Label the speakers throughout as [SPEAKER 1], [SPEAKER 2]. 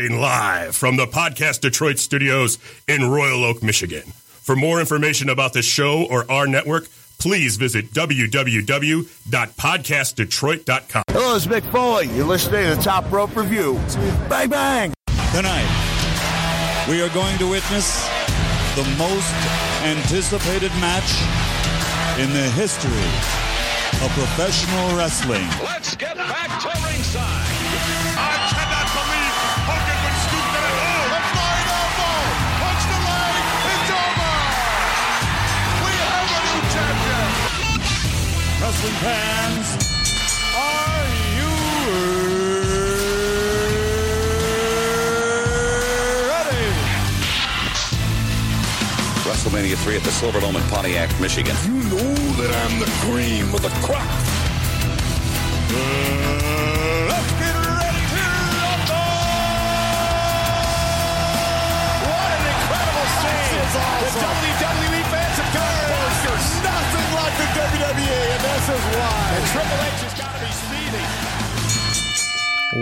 [SPEAKER 1] Broadcasting live from the Podcast Detroit studios in Royal Oak, Michigan. For more information about this show or our network, please visit www.podcastdetroit.com.
[SPEAKER 2] Hello, it's Mick Foley. You're listening to Top Rope Review. Bang, bang.
[SPEAKER 3] Tonight, we are going to witness the most anticipated match in the history of professional wrestling.
[SPEAKER 4] Let's get back to ringside. I cannot believe Hogan would scoop that at all. The flying elbow. Punch oh the leg. It's over. We have a new champion.
[SPEAKER 3] Wrestling fans, are you ready?
[SPEAKER 5] WrestleMania 3 at the Silverdome in Pontiac, Michigan.
[SPEAKER 6] You know that I'm the cream of the crop.
[SPEAKER 4] Let's get ready to rumble. What an incredible scene. The WWE fans have got it. There's nothing like the WWE, and this is why. And Triple H has got to be speedy.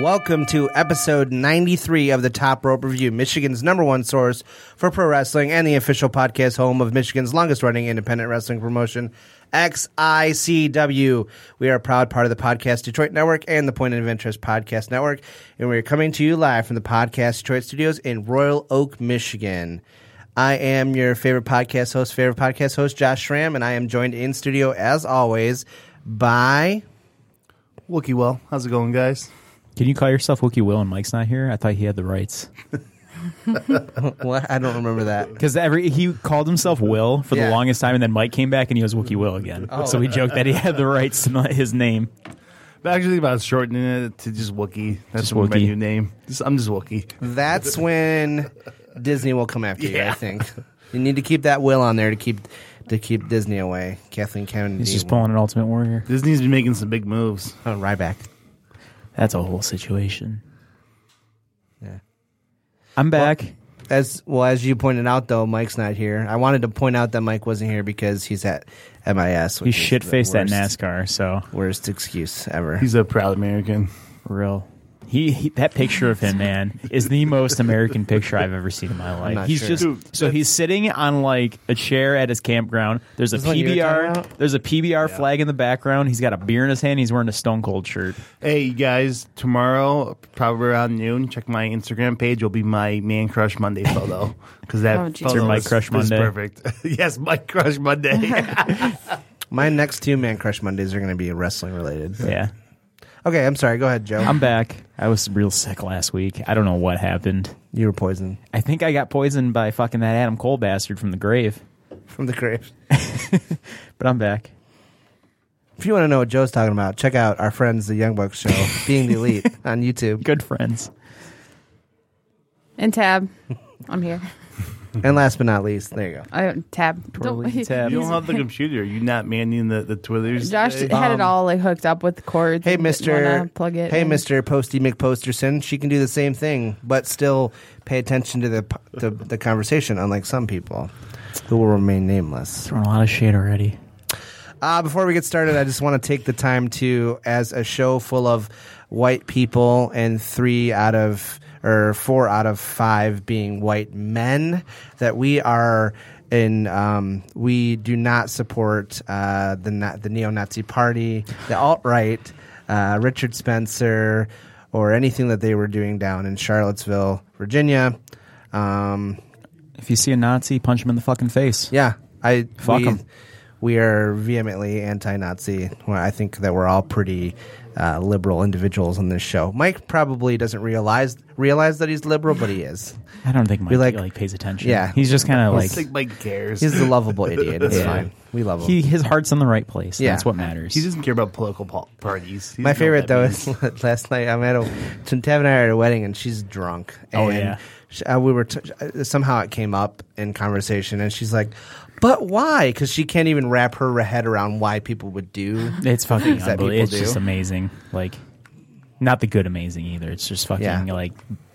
[SPEAKER 7] Welcome to episode 93 of the Top Rope Review, Michigan's number one source for pro wrestling and the official podcast home of Michigan's longest running independent wrestling promotion, XICW. We are a proud part of the Podcast Detroit Network and the Point of Interest Podcast Network, and we are coming to you live from the Podcast Detroit studios in Royal Oak, Michigan. I am your favorite podcast host, favorite podcast host, Josh Schramm, and I am joined in studio, as always, by.
[SPEAKER 8] Wookie well, how's it going, guys?
[SPEAKER 9] Can you call yourself Wookie Will and Mike's not here? I thought he had the rights
[SPEAKER 7] What? I don't remember that.
[SPEAKER 9] because every he called himself Will for
[SPEAKER 7] Yeah.
[SPEAKER 9] the longest time, and then Mike came back and he was Wookie Will again. So we joked that he had the rights to not his name.
[SPEAKER 8] But actually, think about shortening it to just Wookie. That's
[SPEAKER 9] Just
[SPEAKER 8] my
[SPEAKER 9] Wookie.
[SPEAKER 8] menu name. Just, I'm just Wookie.
[SPEAKER 7] That's when Disney will come after you. I
[SPEAKER 8] Yeah.
[SPEAKER 7] think you need to keep that will on there to keep to keep Disney away. Kathleen Kennedy.
[SPEAKER 9] He's just pulling an Ultimate Warrior.
[SPEAKER 8] Disney's been making some big moves.
[SPEAKER 7] oh, Ryback.
[SPEAKER 9] That's a whole situation.
[SPEAKER 7] Yeah.
[SPEAKER 9] I'm back.
[SPEAKER 7] As well as you pointed out, though Mike's not here. I wanted to point out that Mike wasn't here because he's at MIS.
[SPEAKER 9] he
[SPEAKER 7] which is
[SPEAKER 9] shit faced
[SPEAKER 7] the
[SPEAKER 9] that
[SPEAKER 7] worst-
[SPEAKER 9] NASCAR. So
[SPEAKER 7] Worst excuse ever.
[SPEAKER 8] He's a proud American.
[SPEAKER 9] real. He, he that picture of him, man, is the most American picture I've ever seen in my
[SPEAKER 7] not
[SPEAKER 9] life. He's
[SPEAKER 7] sure.
[SPEAKER 9] just so he's sitting on like a chair at his campground. There's a
[SPEAKER 7] This one you were talking
[SPEAKER 9] PBR.
[SPEAKER 7] about?
[SPEAKER 9] There's a PBR flag in the background. He's got a beer in his hand. He's wearing a Stone Cold shirt.
[SPEAKER 8] Hey, you guys, tomorrow, probably around noon, check my Instagram page. will be my Man Crush Monday photo. Because that
[SPEAKER 10] Oh, geez.
[SPEAKER 8] photo
[SPEAKER 10] Your
[SPEAKER 9] Mike
[SPEAKER 8] is-
[SPEAKER 9] Crush
[SPEAKER 8] is
[SPEAKER 9] Monday.
[SPEAKER 8] perfect. yes, Mike Crush Monday.
[SPEAKER 7] My next two Man Crush Mondays are going to be wrestling related. but-
[SPEAKER 9] Yeah,
[SPEAKER 7] Okay, I'm sorry. Go ahead, Joe.
[SPEAKER 9] I'm back. I was real sick last week. I don't know what happened.
[SPEAKER 7] you were poisoned
[SPEAKER 9] I think I got poisoned by fucking that Adam Cole bastard from the grave.
[SPEAKER 7] from the grave.
[SPEAKER 9] But I'm back.
[SPEAKER 7] If you want to know what Joe's talking about, check out our friends, the Young Bucks show, Being the Elite on YouTube.
[SPEAKER 9] Good friends.
[SPEAKER 10] And Tab. I'm here.
[SPEAKER 7] And last but not least, there you go.
[SPEAKER 10] I don't, Tab.
[SPEAKER 9] Twirly Tab.
[SPEAKER 8] you don't have the computer. You're not manning the, the Twitters.
[SPEAKER 10] Josh
[SPEAKER 8] today?
[SPEAKER 10] had it all like hooked up with cords.
[SPEAKER 7] Hey,
[SPEAKER 10] and didn't
[SPEAKER 7] Mister.
[SPEAKER 10] wanna Plug it.
[SPEAKER 7] Hey,
[SPEAKER 10] in.
[SPEAKER 7] Mister. Posty McPosterson. She can do the same thing, but still pay attention to the p- the, the conversation. Unlike some people, who will remain nameless.
[SPEAKER 9] Throwing a lot of shade already.
[SPEAKER 7] Uh, before we get started, I just want to take the time to, as a show full of white people and three out of, or four out of five being white men, that we are in, um, we do not support uh, the, na- the neo Nazi party, the alt right, uh, Richard Spencer, or anything that they were doing down in Charlottesville, Virginia. Um,
[SPEAKER 9] If you see a Nazi, punch him in the fucking face.
[SPEAKER 7] yeah, I
[SPEAKER 9] Fuck
[SPEAKER 7] we,
[SPEAKER 9] 'em.
[SPEAKER 7] We are vehemently anti-Nazi. Well, I think that we're all pretty uh, liberal individuals on this show. Mike probably doesn't realize realize that he's liberal, but he is.
[SPEAKER 9] I don't think Mike
[SPEAKER 7] like-
[SPEAKER 9] like, pays attention.
[SPEAKER 7] yeah.
[SPEAKER 9] he's just kind of
[SPEAKER 8] I
[SPEAKER 9] like
[SPEAKER 8] don't think Mike cares.
[SPEAKER 7] He's the lovable idiot. It's
[SPEAKER 9] Yeah.
[SPEAKER 7] fine. We love him.
[SPEAKER 9] he his heart's in the right place.
[SPEAKER 7] Yeah.
[SPEAKER 9] That's what matters.
[SPEAKER 8] he doesn't care about political pol- parties. He
[SPEAKER 7] My
[SPEAKER 8] doesn't know
[SPEAKER 7] favorite
[SPEAKER 8] what that
[SPEAKER 7] though
[SPEAKER 8] means.
[SPEAKER 7] is last night. I'm at a Tav and I are at a wedding, and she's drunk. And
[SPEAKER 9] Oh, yeah.
[SPEAKER 7] sh- uh, we were t- uh, somehow it came up in conversation, and she's like, "But why?" Because she can't even wrap her head around why people would do
[SPEAKER 9] it's fucking
[SPEAKER 7] that people
[SPEAKER 9] unbelievable. It's
[SPEAKER 7] do.
[SPEAKER 9] just amazing. Like, not the good amazing either. It's just fucking
[SPEAKER 7] Yeah.
[SPEAKER 9] like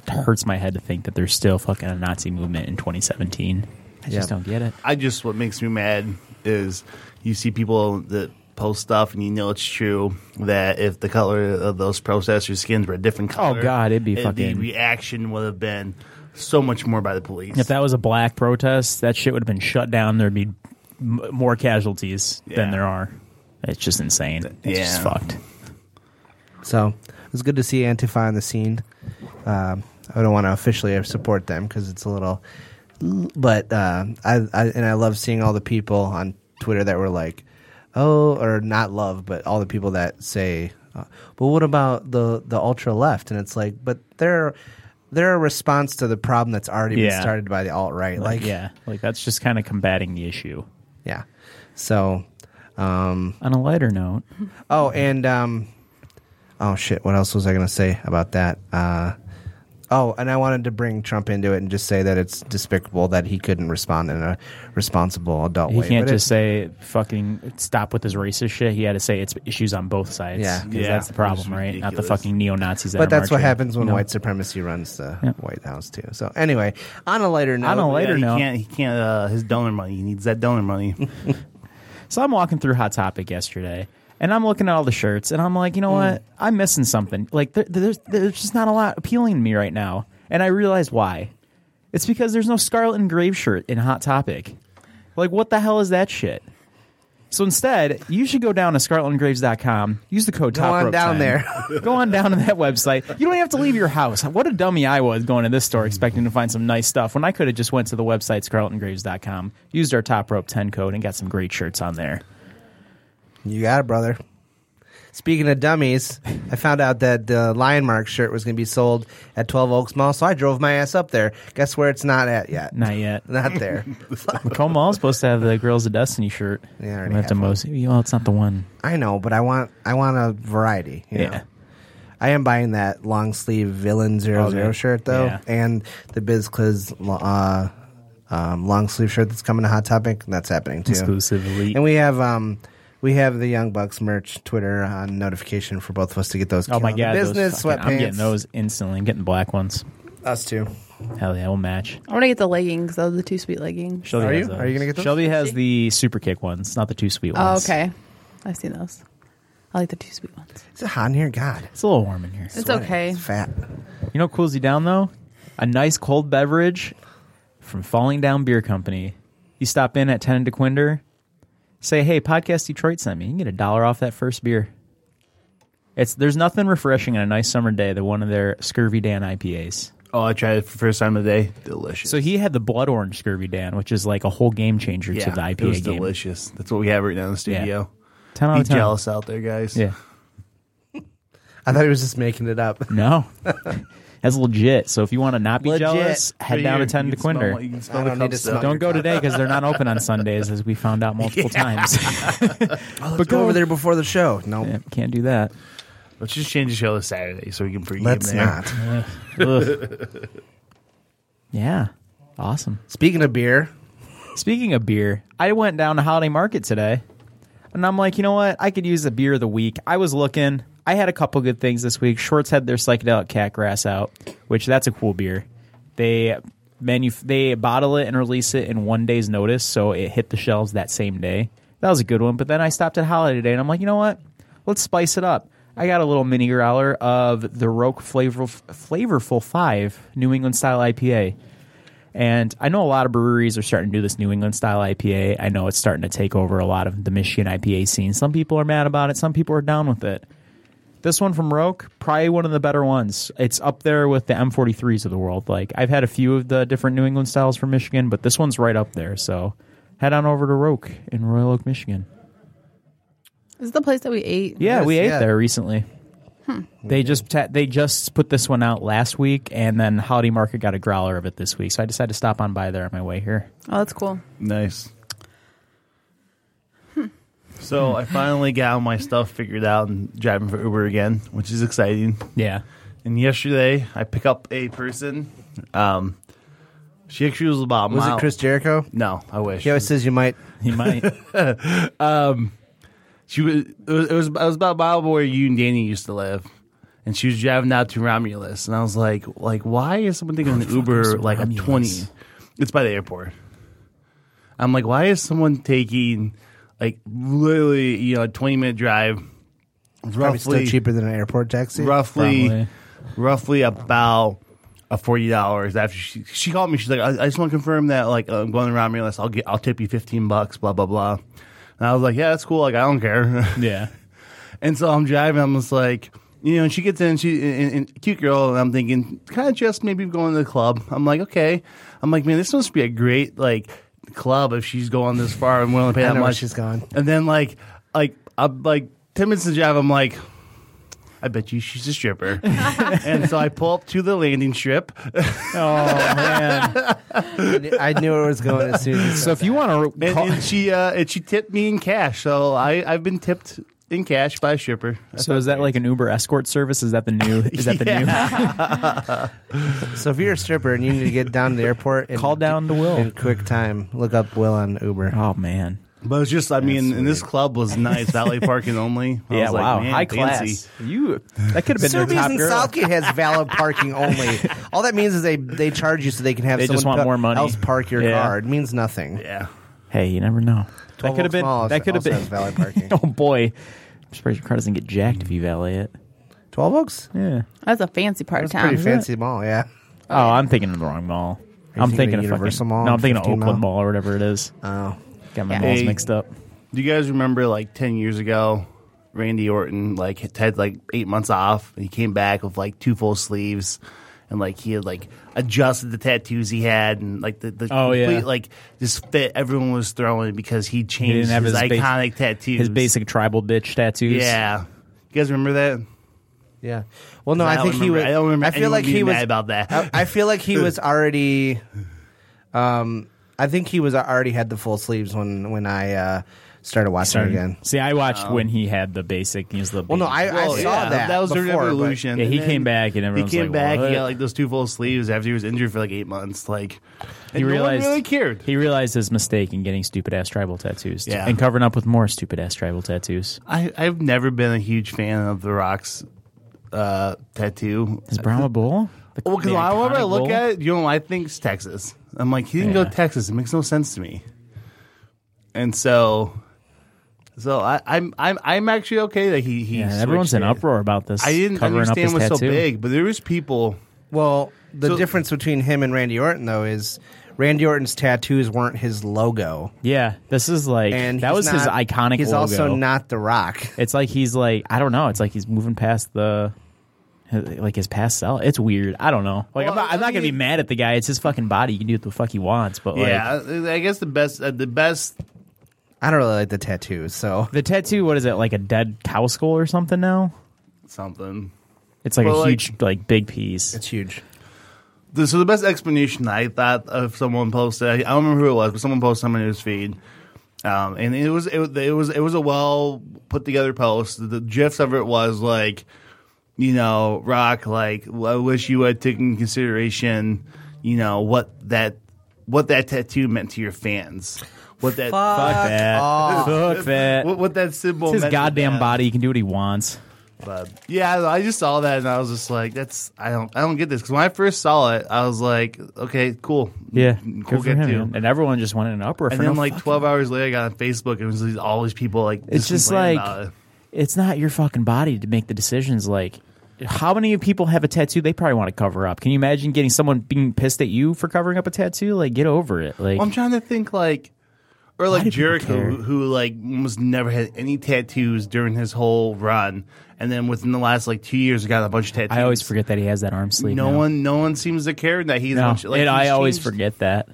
[SPEAKER 9] hurts my head to think that there's still fucking a Nazi movement in 2017. I
[SPEAKER 7] Yeah.
[SPEAKER 9] just don't get it.
[SPEAKER 8] I just what makes me mad is you see people that post stuff and you know it's true that if the color of those processor skins were a different color,
[SPEAKER 9] Oh, God, it'd be
[SPEAKER 8] it-
[SPEAKER 9] fucking-
[SPEAKER 8] The reaction would have been so much more by the police.
[SPEAKER 9] If that was a black protest, that shit would have been shut down. There'd be m- more casualties than there are. It's just insane. It's just
[SPEAKER 8] yeah.
[SPEAKER 9] fucked.
[SPEAKER 7] So it was good to see Antifa on the scene. Um, I don't want to officially support them because it's a little, but uh, I, I and I love seeing all the people on Twitter that were like, oh, or not love, but all the people that say, uh, but what about the the ultra left? And it's like, but they're they're a response to the problem that's already been
[SPEAKER 9] Yeah.
[SPEAKER 7] started by the alt right. Like,
[SPEAKER 9] Like, yeah, like that's just kind of combating the issue.
[SPEAKER 7] yeah. So, um,
[SPEAKER 9] On a lighter note,
[SPEAKER 7] Oh, and um, oh shit, what else was I gonna say about that? Uh, oh, and I wanted to bring Trump into it and just say that it's despicable that he couldn't respond in a responsible adult
[SPEAKER 9] he
[SPEAKER 7] way.
[SPEAKER 9] can't
[SPEAKER 7] But it-
[SPEAKER 9] just say fucking stop with his racist shit. He had to say it's issues on both sides.
[SPEAKER 7] Yeah.
[SPEAKER 9] 'Cause
[SPEAKER 8] Yeah.
[SPEAKER 9] that's the
[SPEAKER 8] It's
[SPEAKER 9] problem, right? Not the
[SPEAKER 8] ridiculous.
[SPEAKER 9] fucking neo Nazis.
[SPEAKER 7] but that's what happens when
[SPEAKER 9] no.
[SPEAKER 7] white supremacy runs the
[SPEAKER 9] Yeah.
[SPEAKER 7] White House too. So anyway, on a lighter note,
[SPEAKER 9] On a lighter
[SPEAKER 8] Yeah, he
[SPEAKER 9] note,
[SPEAKER 8] can't. He can't. Uh, his donor money. He needs that donor money.
[SPEAKER 9] So I'm walking through Hot Topic yesterday, and I'm looking at all the shirts, and I'm like, you know what? I'm missing something. Like there, there's there's just not a lot appealing to me right now, and I realize why. It's because there's no Scarlet and Grave shirt in Hot Topic. Like what the hell is that shit? So instead, you should go down to scarletandgraves.com. Use the code
[SPEAKER 7] Go
[SPEAKER 9] top
[SPEAKER 7] on
[SPEAKER 9] Rope
[SPEAKER 7] down
[SPEAKER 9] 10.
[SPEAKER 7] there.
[SPEAKER 9] go on down to that website. You don't have to leave your house. What a dummy I was going to this store expecting to find some nice stuff when I could have just went to the website scarletandgraves.com, used our top rope 10 code and got some great shirts on there.
[SPEAKER 7] you got it, brother. Speaking of dummies, I found out that the Lion Mark shirt was going to be sold at 12 Oaks Mall, so I drove my ass up there. Guess where it's not at yet?
[SPEAKER 9] Not yet.
[SPEAKER 7] Not there.
[SPEAKER 9] Macomb Mall's supposed to have the Girls of Destiny shirt.
[SPEAKER 7] Yeah, I already
[SPEAKER 9] We have to
[SPEAKER 7] have one.
[SPEAKER 9] most. Well, it's not the one.
[SPEAKER 7] I know, but I want I want a variety. You
[SPEAKER 9] Yeah.
[SPEAKER 7] Know? I am buying that long sleeve villain zero
[SPEAKER 9] Okay.
[SPEAKER 7] zero shirt though,
[SPEAKER 9] Oh, Yeah.
[SPEAKER 7] and the BizCliz uh, um, long sleeve shirt that's coming to Hot Topic. That's happening too.
[SPEAKER 9] Exclusive elite.
[SPEAKER 7] And we have um we have the Young Bucks merch Twitter uh, notification for both of us to get those.
[SPEAKER 9] Oh my
[SPEAKER 7] Kill 'em
[SPEAKER 9] god, those
[SPEAKER 7] business
[SPEAKER 9] fucking-
[SPEAKER 7] sweatpants.
[SPEAKER 9] I'm getting those instantly. I'm getting black ones.
[SPEAKER 7] Us too.
[SPEAKER 9] Hell yeah, we'll match.
[SPEAKER 10] I want to get the leggings, though, the two sweet leggings.
[SPEAKER 9] Shelby
[SPEAKER 7] Are
[SPEAKER 9] has
[SPEAKER 7] you?
[SPEAKER 9] those.
[SPEAKER 7] Are you gonna get those?
[SPEAKER 9] Shelby has the super kick ones, not the two sweet
[SPEAKER 10] Oh,
[SPEAKER 9] ones.
[SPEAKER 10] okay. I've seen those. I like the two sweet ones.
[SPEAKER 7] Is it hot in here? God,
[SPEAKER 9] It's a little warm in here.
[SPEAKER 10] It's
[SPEAKER 7] sweating.
[SPEAKER 10] okay.
[SPEAKER 7] It's fat.
[SPEAKER 9] You know what cools you down though? A nice cold beverage from Falling Down Beer Company. You stop in at Ten and DeQuinder, say, "Hey, Podcast Detroit sent me." You can get a dollar off that first beer. It's there's nothing refreshing on a nice summer day than one of their Scurvy Dan IPAs.
[SPEAKER 8] oh, I tried it for the first time today. Delicious.
[SPEAKER 9] So he had the Blood Orange Scurvy Dan, which is like a whole game changer
[SPEAKER 8] yeah,
[SPEAKER 9] to the IPA
[SPEAKER 8] it was
[SPEAKER 9] game.
[SPEAKER 8] delicious. That's what we have right now in the studio.
[SPEAKER 9] Ten out
[SPEAKER 8] Be
[SPEAKER 9] of ten.
[SPEAKER 8] jealous out there, guys.
[SPEAKER 9] Yeah.
[SPEAKER 7] I thought he was just making it up.
[SPEAKER 9] No. That's legit. So if you want to not be
[SPEAKER 7] Legit.
[SPEAKER 9] jealous, head
[SPEAKER 8] Right
[SPEAKER 9] down
[SPEAKER 8] here,
[SPEAKER 9] to Ten
[SPEAKER 8] you can smell
[SPEAKER 9] DeQuinder.
[SPEAKER 8] what- you can smell
[SPEAKER 7] I
[SPEAKER 8] the
[SPEAKER 7] don't need
[SPEAKER 8] cup
[SPEAKER 7] to
[SPEAKER 8] still.
[SPEAKER 7] smell
[SPEAKER 9] Don't go today because they're not open on Sundays, as we found out multiple times. but
[SPEAKER 7] Oh, Go over there before the show. No,
[SPEAKER 9] Oh, Yeah, can't do that.
[SPEAKER 8] Let's just change the show to Saturday so we can pregame
[SPEAKER 7] let's
[SPEAKER 8] there.
[SPEAKER 7] not.
[SPEAKER 9] Yeah, awesome.
[SPEAKER 7] Speaking of beer,
[SPEAKER 9] Speaking of beer, I went down to Holiday Market today, and I'm like, you know what? I could use a beer of the week. I was looking. I had a couple good things this week. Schwartz had their psychedelic cat grass out, which that's a cool beer. They manuf- they bottle it and release it in one day's notice, so it hit the shelves that same day. That was a good one. But then I stopped at Holiday today, and I'm like, you know what? Let's spice it up. I got a little mini growler of the Roke Flavorful, Flavorful Five New England Style IPA. And I know a lot of breweries are starting to do this New England style IPA. I know it's starting to take over a lot of the Michigan IPA scene. Some people are mad about it, some people are down with it. This one from Roke, probably one of the better ones. It's up there with the M43s of the world. Like I've had a few of the different New England styles from Michigan, but this one's right up there. So head on over to Roke in Royal Oak, Michigan.
[SPEAKER 10] This is the place that we ate.
[SPEAKER 9] Yeah,
[SPEAKER 7] Yes,
[SPEAKER 9] we ate
[SPEAKER 7] yeah.
[SPEAKER 9] there recently. They just ta- they just put this one out last week, and then Holiday Market got a growler of it this week. So I decided to stop on by there on my way here.
[SPEAKER 10] Oh, that's cool.
[SPEAKER 8] Nice. So I finally got all my stuff figured out and driving for Uber again, which is exciting.
[SPEAKER 9] Yeah,
[SPEAKER 8] And yesterday I pick up a person. Um, she actually was about a
[SPEAKER 7] was
[SPEAKER 8] mile-
[SPEAKER 7] it Chris Jericho?
[SPEAKER 8] No, I wish.
[SPEAKER 7] He always says you might.
[SPEAKER 9] He might.
[SPEAKER 8] She was. It was. It was, it was about a mile where you and Danny used to live, and she was driving out to Romulus, and I was like, like, why is someone taking
[SPEAKER 7] Oh,
[SPEAKER 8] an Uber like a twenty?
[SPEAKER 9] Romulus?
[SPEAKER 8] It's by the airport. I'm like, why is someone taking like literally, you know, a twenty minute drive.
[SPEAKER 7] Probably still
[SPEAKER 8] roughly-
[SPEAKER 7] cheaper than an airport taxi.
[SPEAKER 8] roughly,
[SPEAKER 7] Probably.
[SPEAKER 8] roughly about a forty dollars. After she, she called me, she's like, I, I just want to confirm that like I'm going around Romulus. I'll get, I'll tip you fifteen bucks. Blah blah blah. And I was like, yeah, that's cool. Like I don't care.
[SPEAKER 9] Yeah.
[SPEAKER 8] and so I'm driving. I'm just like. You know, and she gets in, she and, and cute girl, and I'm thinking, kind of just maybe going to the club. I'm like, okay. I'm like, man, this must be a great like club if she's going this far and willing to pay
[SPEAKER 7] I
[SPEAKER 8] that
[SPEAKER 7] know where
[SPEAKER 8] much.
[SPEAKER 7] she's going.
[SPEAKER 8] And then like, like, I'm like ten minutes to drive. I'm like, I bet you she's a stripper. and so I pull up to the landing strip.
[SPEAKER 7] I knew where it was going as soon as you
[SPEAKER 9] So if you want to
[SPEAKER 8] And,
[SPEAKER 9] call,
[SPEAKER 8] and she uh, and she tipped me in cash. So I, I've been tipped in cash by a stripper.
[SPEAKER 9] so is that like an Uber escort service? Is that the new? Is that the new?
[SPEAKER 7] So if you're a stripper and you need to get down to the airport, and
[SPEAKER 9] Call down to Will.
[SPEAKER 7] in quick time. Look up Will on Uber.
[SPEAKER 9] Oh man.
[SPEAKER 8] But it's just I mean, and this club was nice, valet parking only. I
[SPEAKER 9] yeah.
[SPEAKER 8] was like,
[SPEAKER 9] wow.
[SPEAKER 8] man,
[SPEAKER 9] High
[SPEAKER 8] fancy.
[SPEAKER 9] class. You. That could have been
[SPEAKER 7] Sobeys
[SPEAKER 9] their top
[SPEAKER 7] in
[SPEAKER 9] girl.
[SPEAKER 7] Southgate has valid parking only. All that means is they they charge you so they can have
[SPEAKER 9] They
[SPEAKER 7] someone
[SPEAKER 9] just want
[SPEAKER 7] pa-
[SPEAKER 9] more money.
[SPEAKER 7] else park your
[SPEAKER 9] Yeah.
[SPEAKER 7] car. It means nothing.
[SPEAKER 8] Yeah.
[SPEAKER 9] Hey, you never know. That
[SPEAKER 7] Twelve
[SPEAKER 9] could have
[SPEAKER 7] Oaks
[SPEAKER 9] been.
[SPEAKER 7] Mall
[SPEAKER 9] that could have
[SPEAKER 7] also
[SPEAKER 9] been.
[SPEAKER 7] has valid parking.
[SPEAKER 9] oh boy. I'm surprised your car doesn't get jacked if you valet it.
[SPEAKER 7] Twelve Oaks.
[SPEAKER 9] Yeah.
[SPEAKER 10] That's a fancy part
[SPEAKER 7] That's a
[SPEAKER 10] of town.
[SPEAKER 7] pretty
[SPEAKER 10] isn't it?
[SPEAKER 7] fancy mall. Yeah.
[SPEAKER 9] Oh, I'm thinking of the wrong mall.
[SPEAKER 7] you
[SPEAKER 9] I'm
[SPEAKER 7] thinking
[SPEAKER 9] thinking
[SPEAKER 7] of
[SPEAKER 9] of
[SPEAKER 7] Universal
[SPEAKER 9] fucking,
[SPEAKER 7] Mall,
[SPEAKER 9] No, I'm thinking of
[SPEAKER 7] 15
[SPEAKER 9] Oakland
[SPEAKER 7] Mall?
[SPEAKER 9] Mall or whatever it is.
[SPEAKER 7] Oh,
[SPEAKER 9] Got my
[SPEAKER 10] Yeah.
[SPEAKER 9] malls
[SPEAKER 8] Hey.
[SPEAKER 9] mixed up.
[SPEAKER 8] Do you guys remember like ten years ago? Randy Orton like had- had like eight months off, and he came back with like two full sleeves, and like he had like adjusted the tattoos he had, and like the, the
[SPEAKER 9] Oh, yeah.
[SPEAKER 8] like this fit everyone was throwing because he changed
[SPEAKER 9] He didn't have
[SPEAKER 8] his,
[SPEAKER 9] his, bas-
[SPEAKER 8] iconic tattoos,
[SPEAKER 9] His basic tribal bitch tattoos.
[SPEAKER 8] Yeah, you guys remember that?
[SPEAKER 7] yeah. Well, no,
[SPEAKER 8] I
[SPEAKER 7] I,
[SPEAKER 8] don't
[SPEAKER 7] think he
[SPEAKER 8] remember-
[SPEAKER 7] was.
[SPEAKER 8] I don't remember
[SPEAKER 7] I feel
[SPEAKER 8] anyone
[SPEAKER 7] like he
[SPEAKER 8] being
[SPEAKER 7] was
[SPEAKER 8] mad about that.
[SPEAKER 7] I, I feel like he was already. Um, I think he was already had the full sleeves when when I uh, started watching
[SPEAKER 9] Sorry.
[SPEAKER 7] again. Oh.
[SPEAKER 9] See, I watched when he had the basic. He was the
[SPEAKER 7] Well, no, I,
[SPEAKER 8] Well,
[SPEAKER 7] I saw
[SPEAKER 8] yeah,
[SPEAKER 7] that.
[SPEAKER 8] That was
[SPEAKER 7] before,
[SPEAKER 8] during
[SPEAKER 7] but-
[SPEAKER 8] Evolution.
[SPEAKER 9] Yeah, he
[SPEAKER 8] And then
[SPEAKER 9] came back and
[SPEAKER 8] he
[SPEAKER 9] everyone was
[SPEAKER 8] came
[SPEAKER 9] like,
[SPEAKER 8] back. He
[SPEAKER 9] "What?"
[SPEAKER 8] got like those two full sleeves after he was injured for like eight months. Like and
[SPEAKER 9] he
[SPEAKER 8] no one
[SPEAKER 9] realized
[SPEAKER 8] really cared.
[SPEAKER 9] He realized his mistake in getting stupid ass tribal tattoos.
[SPEAKER 8] Yeah.
[SPEAKER 9] and covering up with more stupid ass tribal tattoos.
[SPEAKER 8] I, I've never been a huge fan of The Rock's uh, tattoo.
[SPEAKER 9] Is Brahma Bull? The-
[SPEAKER 8] Well, because
[SPEAKER 9] the
[SPEAKER 8] whenever I
[SPEAKER 9] iconic
[SPEAKER 8] look
[SPEAKER 9] bull?
[SPEAKER 8] at it, you know, I think it's Texas. I'm like, he didn't go
[SPEAKER 9] Yeah.
[SPEAKER 8] to Texas. It makes no sense to me. And so, so I, I'm, I'm, I'm actually okay that he, he.
[SPEAKER 9] yeah, everyone's in
[SPEAKER 8] switched it.
[SPEAKER 9] uproar about this.
[SPEAKER 8] I didn't
[SPEAKER 9] covering up his
[SPEAKER 8] understand what's
[SPEAKER 9] tattoo.
[SPEAKER 8] so big, but there was people.
[SPEAKER 7] Well, the
[SPEAKER 8] So-
[SPEAKER 7] difference between him and Randy Orton though is Randy Orton's tattoos weren't his logo,
[SPEAKER 9] Yeah, this is like
[SPEAKER 7] and
[SPEAKER 9] that
[SPEAKER 7] he's
[SPEAKER 9] was his
[SPEAKER 7] not-
[SPEAKER 9] iconic.
[SPEAKER 7] He's
[SPEAKER 9] logo.
[SPEAKER 7] also not The Rock.
[SPEAKER 9] It's like he's like I don't know. It's like he's moving past the like his past self. It's weird. I don't know. Like I'm
[SPEAKER 8] Well,
[SPEAKER 9] not, I'm
[SPEAKER 8] I
[SPEAKER 9] not gonna be
[SPEAKER 8] mean-
[SPEAKER 9] mad at the guy. It's his fucking body. You can do what the fuck he wants. But like
[SPEAKER 8] yeah, I, I guess the best, uh, the best.
[SPEAKER 7] I don't really like the tattoos, so
[SPEAKER 9] the tattoo, what is it? Like a dead cow skull or something? Now
[SPEAKER 8] Something.
[SPEAKER 9] it's like
[SPEAKER 8] Well,
[SPEAKER 9] a
[SPEAKER 8] like-
[SPEAKER 9] huge like big piece.
[SPEAKER 7] it's huge.
[SPEAKER 8] The- So the best explanation I thought of someone posted, I I don't remember who it was, but someone posted something in his feed, um, and it was it, was- it was it was a well put together post. The gifs of it was like, you know, Rock, like I wish you had taken consideration, you know, what that what that tattoo meant to your fans, what that
[SPEAKER 9] Fuck that. Fuck that.
[SPEAKER 8] what, what that symbol
[SPEAKER 9] It's his
[SPEAKER 8] meant to
[SPEAKER 9] goddamn
[SPEAKER 8] them.
[SPEAKER 9] body. He can do what he wants.
[SPEAKER 8] But yeah, I- I just saw that and I was just like, "That's I don't I don't get this." Because when I first saw it, I was like, "Okay, cool,
[SPEAKER 9] Yeah,
[SPEAKER 8] Mm,
[SPEAKER 9] good
[SPEAKER 8] cool
[SPEAKER 9] for
[SPEAKER 8] get
[SPEAKER 9] him,
[SPEAKER 8] to."
[SPEAKER 9] man. And everyone just wanted an uproar.
[SPEAKER 8] And
[SPEAKER 9] for
[SPEAKER 8] then
[SPEAKER 9] no
[SPEAKER 8] like
[SPEAKER 9] fucking-
[SPEAKER 8] twelve hours later, I got on Facebook and it was these- all these people like,
[SPEAKER 9] It's just
[SPEAKER 8] complaining
[SPEAKER 9] like-
[SPEAKER 8] about it.
[SPEAKER 9] it's not your fucking body to make the decisions. Like, how many people have a tattoo they probably want to cover up? Can you imagine getting someone being pissed at you for covering up a tattoo? Like, get over it. Like,
[SPEAKER 8] Well, I'm trying to think like, or
[SPEAKER 9] Why
[SPEAKER 8] like
[SPEAKER 9] do people
[SPEAKER 8] Jericho,
[SPEAKER 9] care?
[SPEAKER 8] who, who like almost never had any tattoos during his whole run, and then within the last like two years, got a bunch of tattoos.
[SPEAKER 9] I always forget that he has that arm sleeve.
[SPEAKER 8] No
[SPEAKER 9] now.
[SPEAKER 8] one, no one seems to care that he's
[SPEAKER 9] No,
[SPEAKER 8] much- like
[SPEAKER 9] and
[SPEAKER 8] he's
[SPEAKER 9] I always
[SPEAKER 8] changed-
[SPEAKER 9] forget that.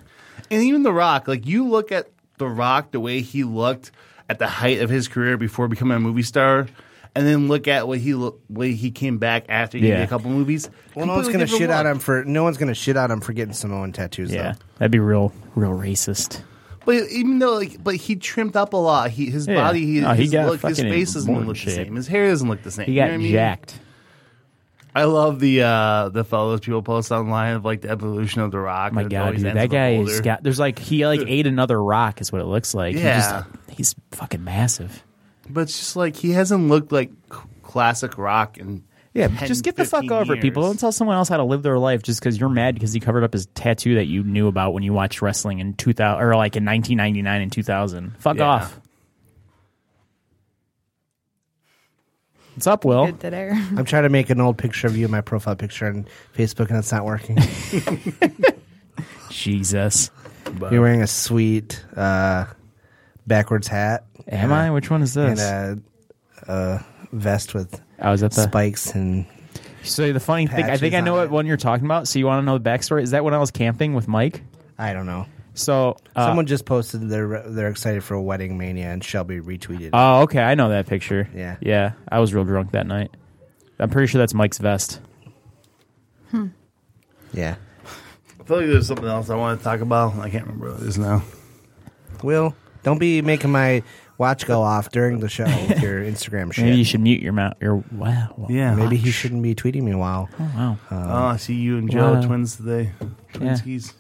[SPEAKER 8] and even The Rock, like you look at The Rock, the way he looked at the height of his career before becoming a movie star, and then look at what he lo- way he came back after he
[SPEAKER 9] Yeah.
[SPEAKER 8] did a couple movies.
[SPEAKER 7] Well, no one's
[SPEAKER 8] Completely
[SPEAKER 7] gonna
[SPEAKER 8] different
[SPEAKER 7] shit on
[SPEAKER 8] look.
[SPEAKER 7] him for no one's gonna shit on him for getting Samoan tattoos.
[SPEAKER 9] Yeah,
[SPEAKER 7] though.
[SPEAKER 9] that'd be real, real racist.
[SPEAKER 8] But even though, like, but he trimmed up a lot. He his
[SPEAKER 9] Yeah.
[SPEAKER 8] body, he,
[SPEAKER 9] No, he
[SPEAKER 8] his
[SPEAKER 9] got
[SPEAKER 8] look, his
[SPEAKER 9] fucking
[SPEAKER 8] face doesn't
[SPEAKER 9] more
[SPEAKER 8] look the
[SPEAKER 9] shape.
[SPEAKER 8] same. His hair doesn't look the same.
[SPEAKER 9] He
[SPEAKER 8] You know
[SPEAKER 9] got
[SPEAKER 8] what I mean?
[SPEAKER 9] jacked.
[SPEAKER 8] I love the uh the photos people post online of like the evolution of The Rock.
[SPEAKER 9] My
[SPEAKER 8] and it
[SPEAKER 9] God,
[SPEAKER 8] always
[SPEAKER 9] dude,
[SPEAKER 8] ends
[SPEAKER 9] that
[SPEAKER 8] with him
[SPEAKER 9] guy
[SPEAKER 8] older.
[SPEAKER 9] is got. There's like he like ate another rock, is what it looks like. He just-
[SPEAKER 8] Yeah.
[SPEAKER 9] he's fucking massive.
[SPEAKER 8] But it's just like he hasn't looked like c- classic Rock and.
[SPEAKER 9] Yeah, just get the fuck over it, people. Don't tell someone else how to live their life just because you're mad because he covered up his tattoo that you knew about when you watched wrestling in 2000 or like in 1999 and 2000. Fuck
[SPEAKER 8] Yeah.
[SPEAKER 9] off. What's up, Will?
[SPEAKER 10] Good today.
[SPEAKER 7] I'm trying to make an old picture of you in my profile picture on Facebook, and it's not working.
[SPEAKER 9] Jesus.
[SPEAKER 7] You're wearing a sweet uh, backwards hat.
[SPEAKER 9] Am I? Which one is this?
[SPEAKER 7] And a, a vest with
[SPEAKER 9] Oh, is that the-
[SPEAKER 7] spikes and
[SPEAKER 9] So the funny thing, I
[SPEAKER 7] Patches
[SPEAKER 9] think I know
[SPEAKER 7] on
[SPEAKER 9] what one you're talking about. So you want to know the backstory? Is that when I was camping with Mike?
[SPEAKER 7] I don't know.
[SPEAKER 9] So uh,
[SPEAKER 7] Someone just posted they're they're excited for Wedding Mania, and Shelby retweeted.
[SPEAKER 9] Oh, okay, I know that picture.
[SPEAKER 7] Yeah.
[SPEAKER 9] yeah. I was real drunk that night. I'm pretty sure that's Mike's vest.
[SPEAKER 7] Yeah.
[SPEAKER 8] I feel like there's something else I want to talk about. I can't remember what it is now.
[SPEAKER 7] Will, don't be making my watch go off during the show with your Instagram shit.
[SPEAKER 9] Maybe you should mute your mouth. Your wow.
[SPEAKER 8] Yeah.
[SPEAKER 7] Maybe he shouldn't be tweeting me. Wow.
[SPEAKER 9] Oh, wow.
[SPEAKER 8] Oh, I see you and Joe
[SPEAKER 9] Wow.
[SPEAKER 8] twins today.
[SPEAKER 9] uh, Yeah.
[SPEAKER 8] Twinskies.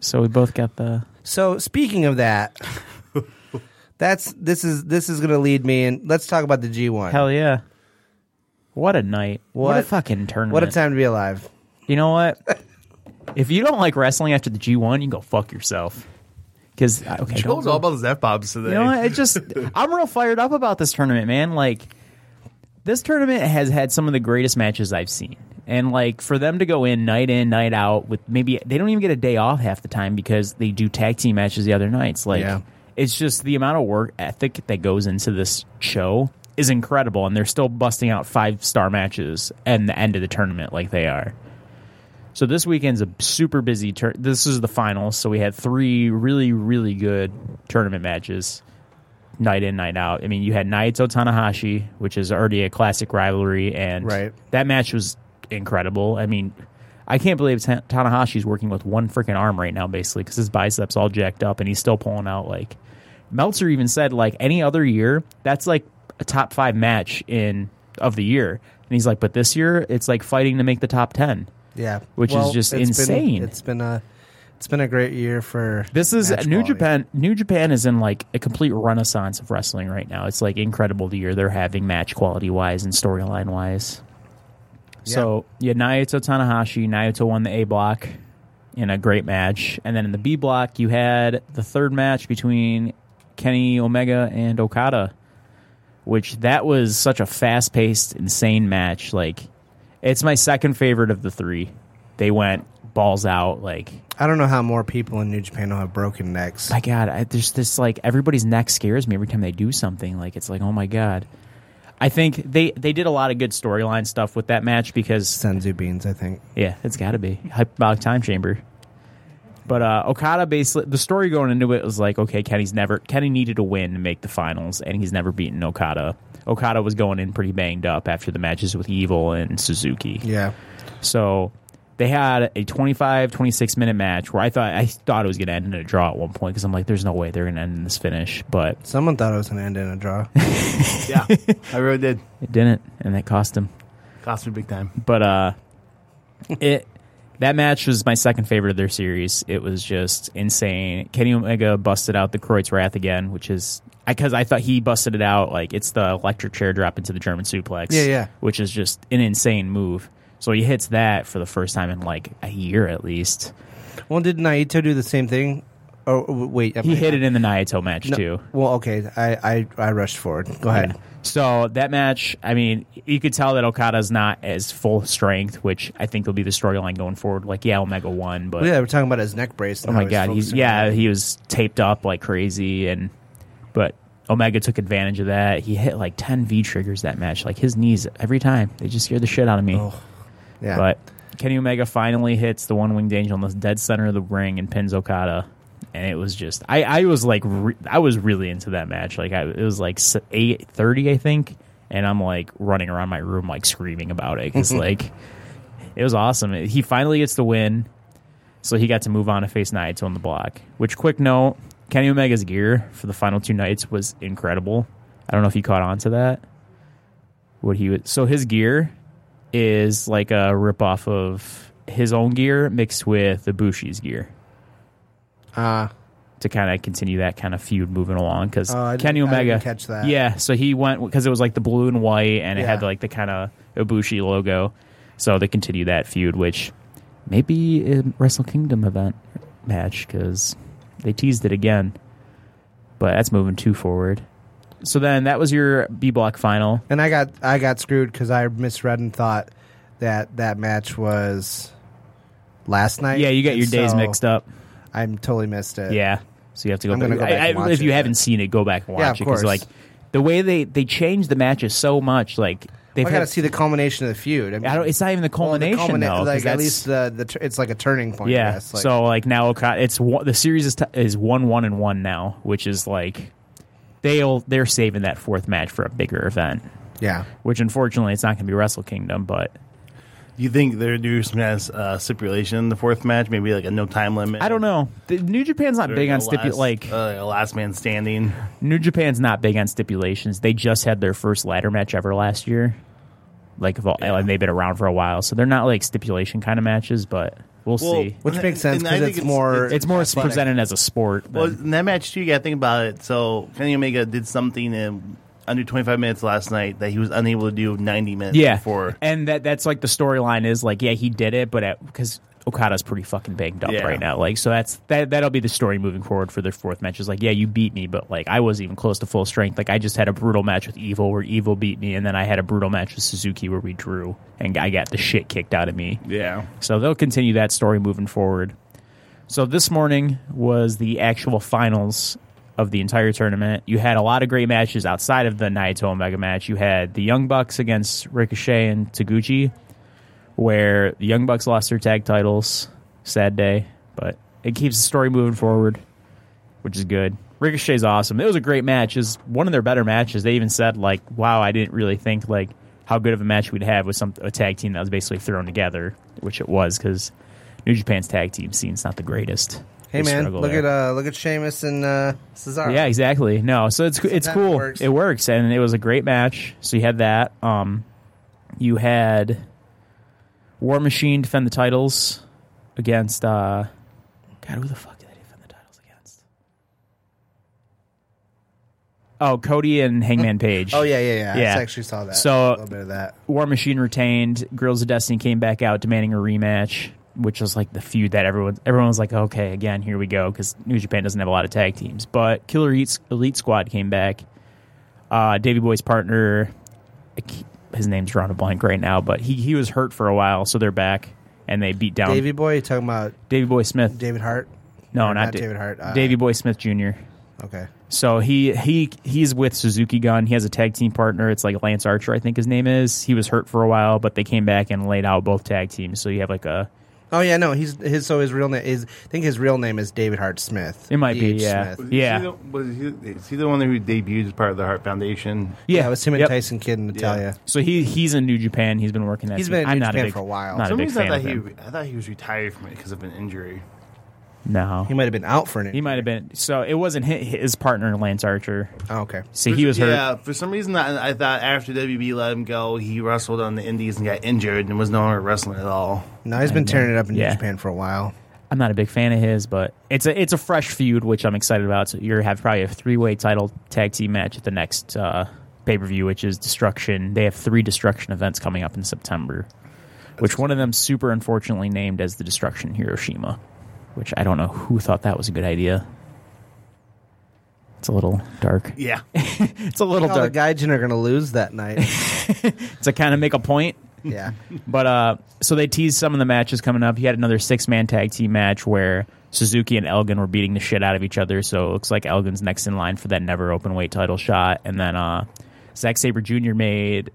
[SPEAKER 9] So we both got the.
[SPEAKER 7] So speaking of that, that's this is this is going to lead me in. Let's talk about the G one.
[SPEAKER 9] Hell yeah. What a night. What, a
[SPEAKER 7] What-
[SPEAKER 9] fucking tournament.
[SPEAKER 7] What a time to be alive.
[SPEAKER 9] You know what? if you don't like wrestling after the G1, you can go fuck yourself. Because, okay. don't
[SPEAKER 8] Joe's
[SPEAKER 9] go-
[SPEAKER 8] all about his F bombs today.
[SPEAKER 9] you know what? It just, I'm real fired up about this tournament, man. Like, this tournament has had some of the greatest matches I've seen. And, like, for them to go in night in, night out with maybe, they don't even get a day off half the time because they do tag team matches the other nights. Like,
[SPEAKER 7] Yeah.
[SPEAKER 9] it's just the amount of work ethic that goes into this show is incredible. And they're still busting out five star matches and the end of the tournament like they are. So this weekend's a super busy tur This is the finals, so we had three really, really good tournament matches, night in, night out. I mean, you had Naito Tanahashi, which is already a classic rivalry, and
[SPEAKER 7] Right.
[SPEAKER 9] that match was incredible. I mean, I can't believe Ta- Tanahashi's working with one freaking arm right now, basically, because his biceps all jacked up, and he's still pulling out like. Meltzer even said like any other year, that's like a top five match in of the year, and he's like, but this year it's like fighting to make the top ten.
[SPEAKER 7] Yeah.
[SPEAKER 9] Which is
[SPEAKER 7] Well,
[SPEAKER 9] just
[SPEAKER 7] it's been-
[SPEAKER 9] insane.
[SPEAKER 7] it's been a it's been a great year for
[SPEAKER 9] This is
[SPEAKER 7] match
[SPEAKER 9] New
[SPEAKER 7] quality.
[SPEAKER 9] Japan. New Japan is in like a complete renaissance of wrestling right now. It's like incredible the year they're having match quality wise and storyline wise. So yeah, Naoto Tanahashi. Naoto won the A block in a great match, and then in the B block you had the third match between Kenny Omega and Okada, which that was such a fast paced, insane match. Like, it's my second favorite of the three. They went balls out like
[SPEAKER 7] I don't know how more people in New Japan don't have broken necks.
[SPEAKER 9] my god I, there's this like everybody's neck scares me every time they do something like it's like oh my god i think they they did a lot of good storyline stuff with that match because
[SPEAKER 7] Senzu beans, I think.
[SPEAKER 9] yeah it's gotta be hyperbolic time chamber but uh, Okada basically the story going into it was like okay Kenny's never Kenny needed a win to make the finals and he's never beaten Okada. Okada was going in pretty banged up after the matches with Evil and Suzuki.
[SPEAKER 7] Yeah.
[SPEAKER 9] So they had a 25, 26 minute match where I thought I thought it was going to end in a draw at one point because I'm like, there's no way they're going to end in this finish, but
[SPEAKER 7] Someone thought it was going to end in a draw.
[SPEAKER 8] Yeah, I really did.
[SPEAKER 9] it didn't, and that cost him.
[SPEAKER 8] Cost me big time.
[SPEAKER 9] But uh, it that match was my second favorite of their series. It was just insane. Kenny Omega busted out the Kreutz Wrath again, which is because I thought he busted it out like it's the electric chair drop into the German suplex.
[SPEAKER 7] Yeah, yeah.
[SPEAKER 9] which is just an insane move. So he hits that for the first time in like a year at least.
[SPEAKER 7] well, did Naito do the same thing? Oh, w- wait.
[SPEAKER 9] He hit it in the Naito match
[SPEAKER 7] No-
[SPEAKER 9] too.
[SPEAKER 7] Well, okay. I, I, I rushed forward. Go ahead.
[SPEAKER 9] So that match, I mean, you could tell that Okada's not as full strength, which I think will be the storyline going forward. Like, yeah, Omega won, but
[SPEAKER 7] Well, yeah, we're talking about his neck brace. and
[SPEAKER 9] oh
[SPEAKER 7] how
[SPEAKER 9] my god, he's
[SPEAKER 7] focusing
[SPEAKER 9] yeah,
[SPEAKER 7] on it.
[SPEAKER 9] he was taped up like crazy, and but Omega took advantage of that. He hit like ten V triggers that match. Like his knees every time, they just scared the shit out of
[SPEAKER 7] Oh,
[SPEAKER 9] me.
[SPEAKER 7] yeah.
[SPEAKER 9] But Kenny Omega finally hits the one winged angel in the dead center of the ring and pins Okada. And it was just, I, I was like, re- I was really into that match. Like, I, it was like eight thirty, I think, and I'm like running around my room like screaming about it because like, it was awesome. He finally gets the win, so he got to move on to face Naito on the block. Which quick note, Kenny Omega's gear for the final two nights was incredible. I don't know if you caught on to that. What he was, so his gear is like a ripoff of his own gear mixed with Ibushi's gear.
[SPEAKER 7] Ah.
[SPEAKER 9] to kind of continue that kind of feud moving along because
[SPEAKER 7] Oh, I didn't-
[SPEAKER 9] Kenny
[SPEAKER 7] I didn't
[SPEAKER 9] Omega
[SPEAKER 7] catch that.
[SPEAKER 9] Yeah, so he went because it was like the blue and white, and it had
[SPEAKER 7] Yeah.
[SPEAKER 9] like the kind of Ibushi logo. So they continue that feud, which maybe a Wrestle Kingdom event match because they teased it again. But that's moving too forward. So then that was your B block final.
[SPEAKER 7] And I got I got screwed because I misread and thought that that match was last night.
[SPEAKER 9] Yeah, you got
[SPEAKER 7] And
[SPEAKER 9] your days mixed up.
[SPEAKER 7] I totally missed it.
[SPEAKER 9] Yeah. So you have to go
[SPEAKER 7] I'm
[SPEAKER 9] back.
[SPEAKER 7] gonna go back
[SPEAKER 9] I-
[SPEAKER 7] and
[SPEAKER 9] I-
[SPEAKER 7] watch
[SPEAKER 9] if you
[SPEAKER 7] it,
[SPEAKER 9] haven't
[SPEAKER 7] yeah.
[SPEAKER 9] seen it, go back and watch
[SPEAKER 7] Yeah,
[SPEAKER 9] it
[SPEAKER 7] of
[SPEAKER 9] because
[SPEAKER 7] course.
[SPEAKER 9] like the way they they change the matches so much, like they've
[SPEAKER 7] I got to
[SPEAKER 9] had-
[SPEAKER 7] see the culmination of the feud. I mean,
[SPEAKER 9] I don't, it's not even the culmination
[SPEAKER 7] culmina-
[SPEAKER 9] though. 'cause
[SPEAKER 7] like at
[SPEAKER 9] that's-
[SPEAKER 7] least the, the tur- it's like a turning point. I
[SPEAKER 9] yeah.
[SPEAKER 7] guess. Like,
[SPEAKER 9] so like now Okada, it's one, the series is, t- is one one and one now, which is like they'll they're saving that fourth match for a bigger event,
[SPEAKER 7] yeah,
[SPEAKER 9] which unfortunately it's not going to be Wrestle Kingdom, but
[SPEAKER 8] Do you think they're do some kind of uh, stipulation in the fourth match? Maybe like a no time limit.
[SPEAKER 9] I don't know. The, New Japan's not
[SPEAKER 8] Or
[SPEAKER 9] big
[SPEAKER 8] a
[SPEAKER 9] on stipulate
[SPEAKER 8] last-
[SPEAKER 9] like
[SPEAKER 8] uh, a last man standing.
[SPEAKER 9] New Japan's not big on stipulations. They just had their first ladder match ever last year. Like, of all- and they've been around for a while, so they're not like stipulation kind of matches. But we'll, see.
[SPEAKER 7] which makes sense
[SPEAKER 8] And I
[SPEAKER 7] because
[SPEAKER 8] think
[SPEAKER 7] it's,
[SPEAKER 8] it's-
[SPEAKER 7] more.
[SPEAKER 9] It's more
[SPEAKER 7] athletic.
[SPEAKER 9] presented as a sport.
[SPEAKER 8] Well,
[SPEAKER 9] than-
[SPEAKER 8] in that match too, you got to think about it. So Kenny Omega did something in under 25 minutes last night that he was unable to do 90 minutes
[SPEAKER 9] yeah,
[SPEAKER 8] before.
[SPEAKER 9] and that that's like the storyline is like, yeah, he did it, but because Okada's pretty fucking banged up
[SPEAKER 8] Yeah.
[SPEAKER 9] right now, like, so that's that that'll be the story moving forward for their fourth match. Is like, yeah, you beat me, but like I wasn't even close to full strength. Like I just had a brutal match with Evil where Evil beat me, and then I had a brutal match with Suzuki where we drew, and I got the shit kicked out of me.
[SPEAKER 8] Yeah.
[SPEAKER 9] So they'll continue that story moving forward. So this morning was the actual finals of the entire tournament. You had a lot of great matches outside of the Naito Omega match. You had the Young Bucks against Ricochet and Taguchi, where the Young Bucks lost their tag titles. Sad day, but it keeps the story moving forward, which is good. Ricochet's awesome. It was a great match. Is one of their better matches. They even said like, "Wow, I didn't really think like how good of a match we'd have with some a tag team that was basically thrown together," which it was because New Japan's tag team scene's not the greatest.
[SPEAKER 7] Hey
[SPEAKER 9] They
[SPEAKER 7] man,
[SPEAKER 9] struggle
[SPEAKER 7] look
[SPEAKER 9] there.
[SPEAKER 7] at uh, look at Sheamus and uh, Cesaro.
[SPEAKER 9] Yeah, exactly. No, so it's it's
[SPEAKER 7] that
[SPEAKER 9] cool.
[SPEAKER 7] works.
[SPEAKER 9] It works, and it was a great match. So you had that. Um, you had War Machine defend the titles against. Uh, God, who the fuck did they defend the titles against? Oh, Cody and Hangman Page.
[SPEAKER 7] Oh yeah, yeah, yeah.
[SPEAKER 9] Yeah.
[SPEAKER 7] I actually saw that. a
[SPEAKER 9] So-
[SPEAKER 7] little bit of that.
[SPEAKER 9] War Machine retained. Girls of Destiny came back out demanding a rematch, which was like the feud that everyone everyone was like, okay, again, here we go, because New Japan doesn't have a lot of tag teams. But Killer Elite, Elite Squad came back. Uh, Davey Boy's partner, I ke- his name's drawn a blank right now, but he he was hurt for a while, so they're back and they beat down
[SPEAKER 7] Davy
[SPEAKER 9] Davey,
[SPEAKER 7] Boy, you talking about
[SPEAKER 9] Boy Smith.
[SPEAKER 7] David Hart?
[SPEAKER 9] Um, no,
[SPEAKER 7] or
[SPEAKER 9] not,
[SPEAKER 7] not
[SPEAKER 9] Da-
[SPEAKER 7] David Hart, uh,
[SPEAKER 9] Davey Boy Smith Jr.
[SPEAKER 7] Okay,
[SPEAKER 9] So he he he's with Suzuki Gun. He has a tag team partner. It's like Lance Archer, I think his name is. He was hurt for a while, but they came back and laid out both tag teams. So you have like a
[SPEAKER 7] Oh yeah, no, he's his. So his real name is. I think his real name is David Hart Smith.
[SPEAKER 9] it might be
[SPEAKER 7] D.H.
[SPEAKER 9] yeah
[SPEAKER 7] Smith.
[SPEAKER 9] yeah
[SPEAKER 8] Is he, the, was he, is he the one who debuted as part of the Heart Foundation?
[SPEAKER 7] yeah, It was him and
[SPEAKER 9] Yep.
[SPEAKER 7] Tyson Kidd and Natalia.
[SPEAKER 9] So he he's in New Japan. He's been working that.
[SPEAKER 7] He's
[SPEAKER 9] team.
[SPEAKER 7] been in
[SPEAKER 9] I'm
[SPEAKER 7] New
[SPEAKER 9] not
[SPEAKER 7] Japan
[SPEAKER 9] a big,
[SPEAKER 7] for a while.
[SPEAKER 9] Not
[SPEAKER 8] For some
[SPEAKER 9] a big
[SPEAKER 8] reason, I
[SPEAKER 9] fan
[SPEAKER 8] thought
[SPEAKER 9] of
[SPEAKER 8] he
[SPEAKER 9] him.
[SPEAKER 8] I thought he was retired from it because of an injury.
[SPEAKER 9] No,
[SPEAKER 7] He might have been out for an.
[SPEAKER 9] he might have been. So it wasn't hi- his partner Lance Archer.
[SPEAKER 7] Oh, okay.
[SPEAKER 9] See, he was hurt.
[SPEAKER 8] Yeah, for some reason I, I thought after WB let him go, he wrestled on the Indies and got injured and was no longer wrestling at all.
[SPEAKER 7] No, he's been tearing it up in
[SPEAKER 9] Yeah.
[SPEAKER 7] New Japan for a while.
[SPEAKER 9] I'm not a big fan of his, but it's a it's a fresh feud, which I'm excited about. So you have probably a three way title tag team match at the next uh, pay per view, which is Destruction. They have three Destruction events coming up in September, which one of them super unfortunately named as the Destruction Hiroshima, which I don't know who thought that was a good idea. It's a little dark.
[SPEAKER 8] Yeah.
[SPEAKER 9] It's a little
[SPEAKER 7] All the
[SPEAKER 9] dark.
[SPEAKER 7] Gaijin are going to lose that night.
[SPEAKER 9] To kind of make a point,
[SPEAKER 7] yeah,
[SPEAKER 9] But uh, so they teased some of the matches coming up. He had another six man tag team match where Suzuki and Elgin were beating the shit out of each other. So it looks like Elgin's next in line for that never open weight title shot. And then uh, Zack Saber Jr. made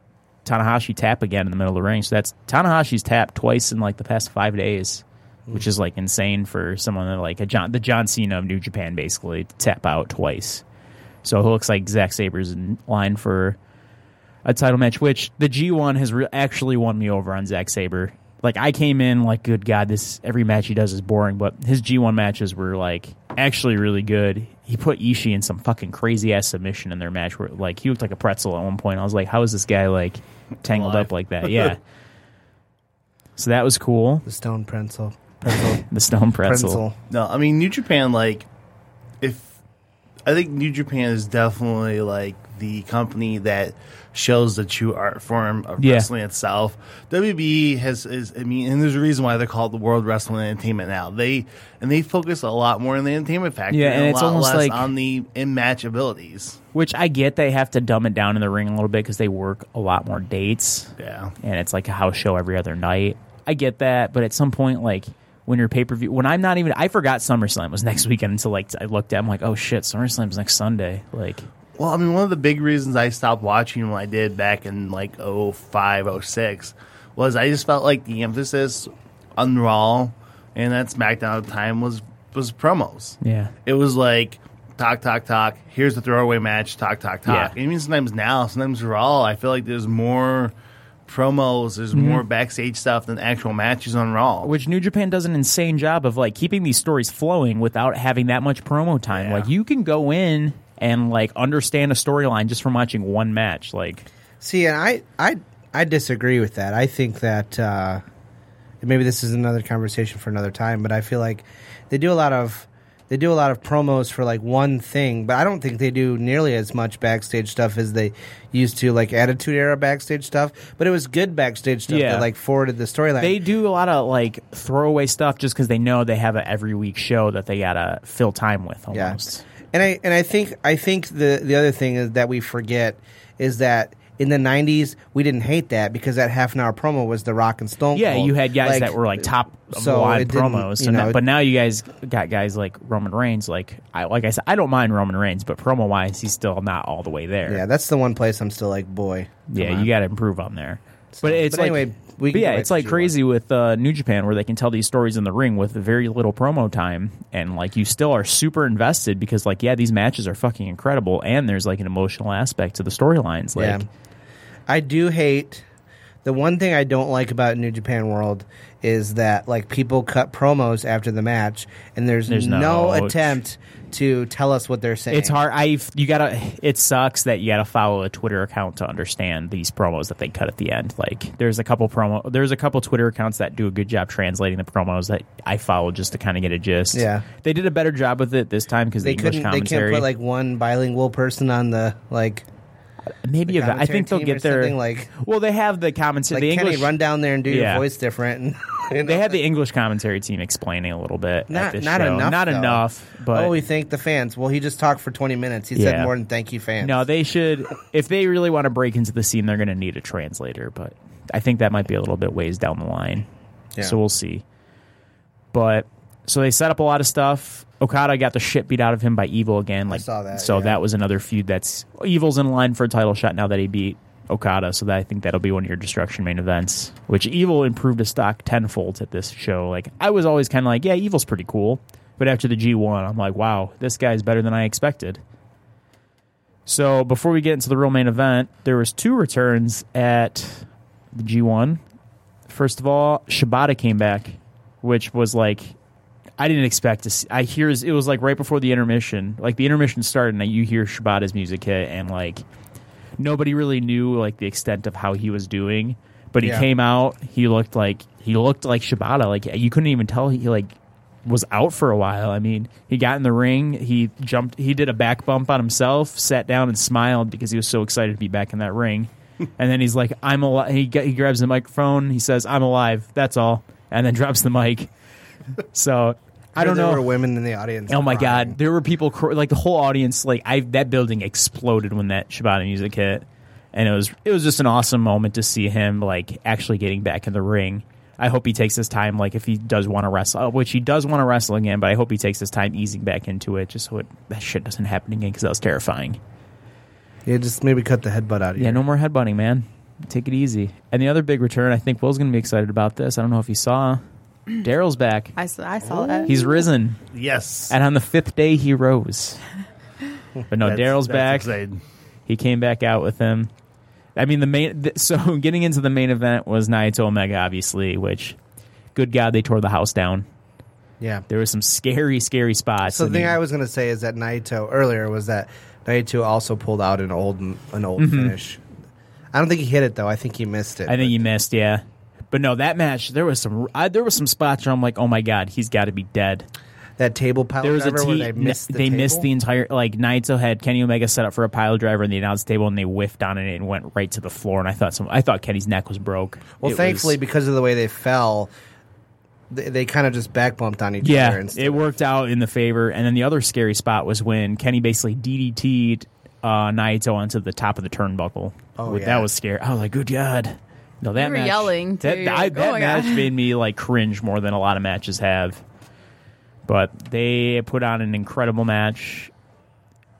[SPEAKER 9] Tanahashi tap again in the middle of the ring. So that's Tanahashi's tap twice in like the past five days, which is like insane for someone that, like a John, the John Cena of New Japan basically to tap out twice. So it looks like Zack Saber's in line for a title match, which the G1 has re- actually won me over on Zack Saber. Like I came in like, good God, this every match he does is boring, but his G1 matches were like actually really good. He put Ishii in some fucking crazy ass submission in their match where like he looked like a pretzel at one point. I was like, how is this guy like tangled up like that? Yeah. so that was cool.
[SPEAKER 7] the Stone Pretzel, Pretzel,
[SPEAKER 9] The Stone Pretzel.
[SPEAKER 7] Pretzel.
[SPEAKER 8] No, I mean New Japan. Like, if I think New Japan is definitely like the company that shows the true art form of
[SPEAKER 9] Yeah.
[SPEAKER 8] wrestling itself. WWE has is I mean, and there's a reason why they're called the World Wrestling Entertainment now. They and they focus a lot more on the entertainment factor.
[SPEAKER 9] Yeah, and
[SPEAKER 8] a
[SPEAKER 9] it's
[SPEAKER 8] lot
[SPEAKER 9] almost
[SPEAKER 8] less
[SPEAKER 9] like-
[SPEAKER 8] on the in match abilities.
[SPEAKER 9] Which I get they have to dumb it down in the ring a little bit because they work a lot more dates.
[SPEAKER 8] Yeah.
[SPEAKER 9] And it's like a house show every other night. I get that, but at some point, like when your pay per view, when I'm not even, I forgot SummerSlam was next weekend until like I looked at, I'm like, oh shit, SummerSlam's next Sunday. Like,
[SPEAKER 8] Well, I mean, one of the big reasons I stopped watching when I did back in like 05, 06 was I just felt like the emphasis on Raw and that SmackDown at the time was was promos.
[SPEAKER 9] Yeah.
[SPEAKER 8] It was like talk, talk, talk. Here's the throwaway match. Talk, talk, talk.
[SPEAKER 9] Yeah.
[SPEAKER 8] Even sometimes now, sometimes Raw, I feel like there's more promos, there's more backstage stuff than actual matches on Raw.
[SPEAKER 9] Mm-hmm. which New Japan does an insane job of like keeping these stories flowing without having that much promo time. Like, you can go in and like understand a storyline just from watching one match. Like,
[SPEAKER 7] See, and I, I, I disagree with that. I think that uh, maybe this is another conversation for another time, but I feel like they do a lot of they do a lot of promos for like one thing, but I don't think they do nearly as much backstage stuff as they used to, like Attitude Era backstage stuff. But it was good backstage stuff
[SPEAKER 9] Yeah.
[SPEAKER 7] that like forwarded the storyline.
[SPEAKER 9] They do a lot of like throwaway stuff just because they know they have an every week show that they gotta fill time with.
[SPEAKER 7] Yeah.
[SPEAKER 9] Almost.
[SPEAKER 7] And I and I think I think the the other thing is that we forget is that in the '90s we didn't hate that because that half an hour promo was the Rock and Stone.
[SPEAKER 9] Yeah,
[SPEAKER 7] Cold.
[SPEAKER 9] you had guys
[SPEAKER 7] Like,
[SPEAKER 9] that were like top of
[SPEAKER 7] so
[SPEAKER 9] the line
[SPEAKER 7] it didn't-
[SPEAKER 9] promos,
[SPEAKER 7] you
[SPEAKER 9] so now-
[SPEAKER 7] know, it-
[SPEAKER 9] but now you guys got guys like Roman Reigns. Like I like I said, I don't mind Roman Reigns, but promo wise, he's still not all the way there.
[SPEAKER 7] Yeah, that's the one place I'm still like, boy.
[SPEAKER 9] Yeah, you got to improve on there. but it's
[SPEAKER 7] but
[SPEAKER 9] like,
[SPEAKER 7] anyway, we can
[SPEAKER 9] but
[SPEAKER 7] go
[SPEAKER 9] yeah,
[SPEAKER 7] back
[SPEAKER 9] it's
[SPEAKER 7] to
[SPEAKER 9] like
[SPEAKER 7] G1.
[SPEAKER 9] crazy with uh, New Japan where they can tell these stories in the ring with very little promo time, and like you still are super invested because like yeah, these matches are fucking incredible, and there's like an emotional aspect to the storylines. Like
[SPEAKER 7] yeah. I do hate the one thing I don't like about New Japan World is that like people cut promos after the match and there's,
[SPEAKER 9] There's
[SPEAKER 7] no,
[SPEAKER 9] no-
[SPEAKER 7] attempt to tell us what they're saying.
[SPEAKER 9] it's hard. I you gotta. It sucks that you gotta follow a Twitter account to understand these promos that they cut at the end. Like there's a couple promo. There's a couple Twitter accounts that do a good job translating the promos that I follow just to kind of get a gist.
[SPEAKER 7] Yeah.
[SPEAKER 9] they did a better job with it this time because
[SPEAKER 7] They
[SPEAKER 9] the English
[SPEAKER 7] couldn't. They
[SPEAKER 9] commentary.
[SPEAKER 7] can't put like one bilingual person on the like.
[SPEAKER 9] Maybe
[SPEAKER 7] the
[SPEAKER 9] if- I
[SPEAKER 7] commentary
[SPEAKER 9] think they'll
[SPEAKER 7] team
[SPEAKER 9] get
[SPEAKER 7] or
[SPEAKER 9] their
[SPEAKER 7] something like-
[SPEAKER 9] Well, they have the
[SPEAKER 7] Like,
[SPEAKER 9] commentary. the
[SPEAKER 7] Kenny,
[SPEAKER 9] English
[SPEAKER 7] run down there and do
[SPEAKER 9] Yeah.
[SPEAKER 7] your voice different. And,
[SPEAKER 9] They had the English commentary team explaining a little bit. at
[SPEAKER 7] not
[SPEAKER 9] this
[SPEAKER 7] not
[SPEAKER 9] show.
[SPEAKER 7] enough.
[SPEAKER 9] Not
[SPEAKER 7] though.
[SPEAKER 9] enough. But
[SPEAKER 7] oh, we thank the fans. Well, he just talked for 20 minutes. He
[SPEAKER 9] Yeah.
[SPEAKER 7] said more than thank you, fans.
[SPEAKER 9] no, they should. If they really want to break into the scene, they're going to need a translator. But I think that might be a little bit ways down the line.
[SPEAKER 7] Yeah.
[SPEAKER 9] So we'll see. But so they set up a lot of stuff. Okada got the shit beat out of him by Evil again. Like
[SPEAKER 7] saw that,
[SPEAKER 9] So
[SPEAKER 7] yeah.
[SPEAKER 9] that was another feud. That's Evil's in line for a title shot now that he beat Okada. So that I think that'll be one of your destruction main events. Which Evil improved his stock tenfold at this show. Like I was always kind of like, yeah, Evil's pretty cool. But after the G one, I'm like, wow, this guy's better than I expected. So before we get into the real main event, there was two returns at the G1. First of all, Shibata came back, which was like I didn't expect to see. I hear his- it was like right before the intermission, like the intermission started, and you hear Shibata's music hit, and like nobody really knew like the extent of how he was doing. But he
[SPEAKER 7] Yeah.
[SPEAKER 9] came out. He looked like he looked like Shibata. Like you couldn't even tell he like was out for a while. I mean, he got in the ring. He jumped. He did a back bump on himself, sat down, and smiled because he was so excited to be back in that ring. and then he's like, "I'm alive." He, g- he grabs the microphone. He says, "I'm alive." That's all, and then drops the mic. So I don't
[SPEAKER 7] there
[SPEAKER 9] know.
[SPEAKER 7] were women in the audience.
[SPEAKER 9] Oh my
[SPEAKER 7] crying.
[SPEAKER 9] god, there were people cr- like the whole audience. Like I, that building exploded when that Shibata music hit, and it was it was just an awesome moment to see him like actually getting back in the ring. I hope he takes his time, like if he does want to wrestle, uh, which he does want to wrestle again. But I hope he takes his time easing back into it, just so it, that shit doesn't happen again because that was terrifying.
[SPEAKER 7] Yeah, just maybe cut the headbutt out of
[SPEAKER 9] Yeah,
[SPEAKER 7] you.
[SPEAKER 9] no more headbutting, man. Take it easy. And the other big return, I think Will's going to be excited about this. I don't know if you saw, Daryl's back.
[SPEAKER 10] I, s- I saw that.
[SPEAKER 9] He's risen.
[SPEAKER 8] yes.
[SPEAKER 9] And on the fifth day, he rose. But no,
[SPEAKER 8] That's-
[SPEAKER 9] Daryl's
[SPEAKER 8] that's
[SPEAKER 9] back.
[SPEAKER 8] exciting.
[SPEAKER 9] He came back out with him. I mean, the main. Th- so getting into the main event was Naito Omega, obviously. Which, good God, they tore the house down.
[SPEAKER 7] Yeah.
[SPEAKER 9] There was some scary, scary spots.
[SPEAKER 7] So the thing
[SPEAKER 9] mean,
[SPEAKER 7] I was gonna say is that Naito earlier was that Naito also pulled out an old an old finish. I don't think he hit it though. I think he missed it.
[SPEAKER 9] Mm-hmm. I think you missed, yeah. But no, that match there was some I, there was some spots where I'm like, oh my god, he's got to be dead.
[SPEAKER 7] that table pile
[SPEAKER 9] There was a
[SPEAKER 7] driver where
[SPEAKER 9] team.
[SPEAKER 7] they missed the
[SPEAKER 9] they
[SPEAKER 7] table?
[SPEAKER 9] missed the entire like Naito had Kenny Omega set up for a pile driver in the announce table, and they whiffed on it and went right to the floor. And I thought some. I thought Kenny's neck was broke.
[SPEAKER 7] Well,
[SPEAKER 9] It was-
[SPEAKER 7] thankfully, because of the way they fell, they, they kind of just back bumped on each
[SPEAKER 9] yeah,
[SPEAKER 7] other. instead.
[SPEAKER 9] it worked out in the favor. And then the other scary spot was when Kenny basically DDT'd uh, Naito onto the top of the turnbuckle.
[SPEAKER 7] Oh,
[SPEAKER 9] Like,
[SPEAKER 7] yeah.
[SPEAKER 9] that was scary. I was like, good god. No, that
[SPEAKER 10] You were
[SPEAKER 9] match,
[SPEAKER 10] yelling, too.
[SPEAKER 9] That,
[SPEAKER 10] You're
[SPEAKER 9] I-
[SPEAKER 10] like,
[SPEAKER 9] that
[SPEAKER 10] "Oh my
[SPEAKER 9] match
[SPEAKER 10] God."
[SPEAKER 9] made me like cringe more than a lot of matches have. But they put on an incredible match.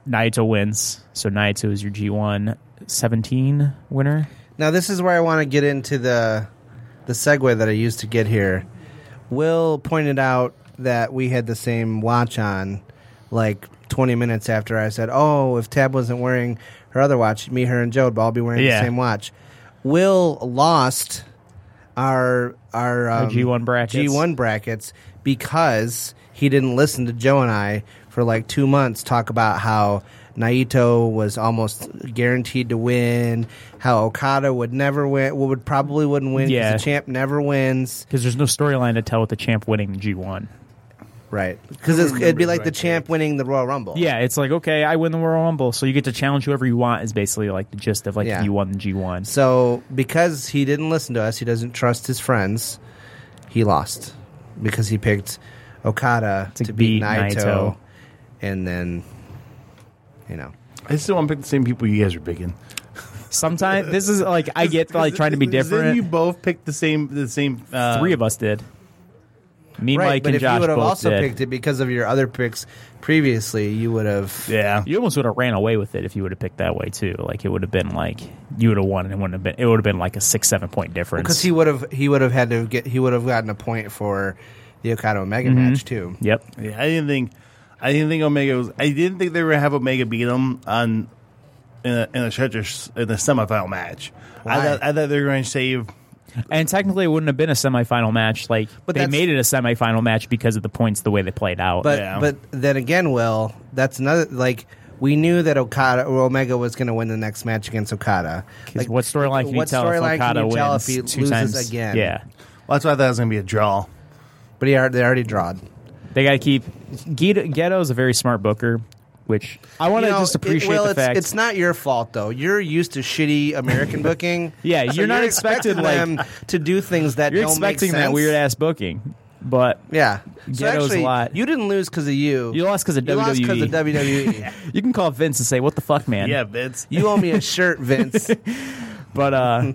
[SPEAKER 9] Naito wins, so Naito is your G1 17 winner.
[SPEAKER 7] Now this is where I want to get into the the segue that I used to get here. Will pointed out that we had the same watch on like 20 minutes after I said, "Oh, if Tab wasn't wearing her other watch, me, her, and Joe would all be wearing
[SPEAKER 9] Yeah.
[SPEAKER 7] the same watch." Will lost our our, um,
[SPEAKER 9] G1 brackets.
[SPEAKER 7] G1 brackets because he didn't listen to Joe and I for like two months talk about how Naito was almost guaranteed to win, how Okada would never win, would probably wouldn't win because
[SPEAKER 9] Yeah.
[SPEAKER 7] the champ never wins,
[SPEAKER 9] Because there's no storyline to tell with the champ winning the G1.
[SPEAKER 7] right? Because it'd be like the champ winning the Royal Rumble.
[SPEAKER 9] Yeah, it's like okay, I win the Royal Rumble, so you get to challenge whoever you want. Is basically like the gist of like
[SPEAKER 7] Yeah.
[SPEAKER 9] you won the G one.
[SPEAKER 7] So because he didn't listen to us, he doesn't trust his friends. He lost because he picked Okada to,
[SPEAKER 9] To
[SPEAKER 7] beat
[SPEAKER 9] beat
[SPEAKER 7] Naito,
[SPEAKER 9] Naito.
[SPEAKER 7] and then you know.
[SPEAKER 8] I still want to pick the same people you guys are picking.
[SPEAKER 9] Sometimes this is like I get like trying to be
[SPEAKER 8] Then
[SPEAKER 9] different.
[SPEAKER 8] you both picked the same. The same. Uh,
[SPEAKER 9] Three of us did. Me, Mike,
[SPEAKER 7] but
[SPEAKER 9] and
[SPEAKER 7] if
[SPEAKER 9] Josh
[SPEAKER 7] you would have
[SPEAKER 9] both
[SPEAKER 7] also
[SPEAKER 9] did.
[SPEAKER 7] picked it because of your other picks previously, you would have.
[SPEAKER 8] Yeah.
[SPEAKER 9] You almost would have ran away with it if you would have picked that way too. Like it would have been like you would have won, and it wouldn't have been. It would have been like a six seven point difference.
[SPEAKER 7] Because he would have he would have had to get he would have gotten a point for the Okada Omega match too.
[SPEAKER 9] Yep.
[SPEAKER 8] Yeah, I didn't think, I didn't think Omega was. I didn't think they were gonna have Omega beat him on in a in a stretcher s- in a semifinal match. I
[SPEAKER 7] Why?
[SPEAKER 8] thought, I thought they were going to save.
[SPEAKER 9] And technically, it wouldn't have been a semifinal match. Like,
[SPEAKER 7] But
[SPEAKER 9] but they
[SPEAKER 7] that's-
[SPEAKER 9] made it a semifinal match because of the points, the way they played out.
[SPEAKER 7] But
[SPEAKER 8] Yeah.
[SPEAKER 7] but then again, Will, that's another like we knew that Okada or Omega was going to win the next match against Okada.
[SPEAKER 9] 'Cause what storyline can you
[SPEAKER 7] what
[SPEAKER 9] tell if
[SPEAKER 7] storyline can
[SPEAKER 9] Okada
[SPEAKER 7] you tell
[SPEAKER 9] wins
[SPEAKER 7] if he
[SPEAKER 9] two
[SPEAKER 7] loses
[SPEAKER 9] times?
[SPEAKER 7] again?
[SPEAKER 9] Yeah.
[SPEAKER 8] Well, that's why I thought it was going to be a draw.
[SPEAKER 7] But he already, they already drawed.
[SPEAKER 9] They got to keep Guido, Ghetto's a very smart booker, which I want to
[SPEAKER 7] You know,
[SPEAKER 9] just
[SPEAKER 7] it-
[SPEAKER 9] appreciate
[SPEAKER 7] Will,
[SPEAKER 9] the
[SPEAKER 7] it's,
[SPEAKER 9] fact.
[SPEAKER 7] it's not your fault though. You're used to shitty American booking.
[SPEAKER 9] Yeah,
[SPEAKER 7] So
[SPEAKER 9] you're not expected, like-
[SPEAKER 7] them to do things that
[SPEAKER 9] you're
[SPEAKER 7] don't make
[SPEAKER 9] expecting that
[SPEAKER 7] sense.
[SPEAKER 9] weird ass booking, but
[SPEAKER 7] Yeah. So
[SPEAKER 9] Ghetto's
[SPEAKER 7] actually,
[SPEAKER 9] lot.
[SPEAKER 7] you didn't lose because of you.
[SPEAKER 9] You lost 'cause of E.
[SPEAKER 7] You lost 'cause of WWE.
[SPEAKER 9] you can call Vince and say, "What the fuck, man?"
[SPEAKER 8] Yeah, Vince.
[SPEAKER 7] you owe me a shirt, Vince.
[SPEAKER 9] but uh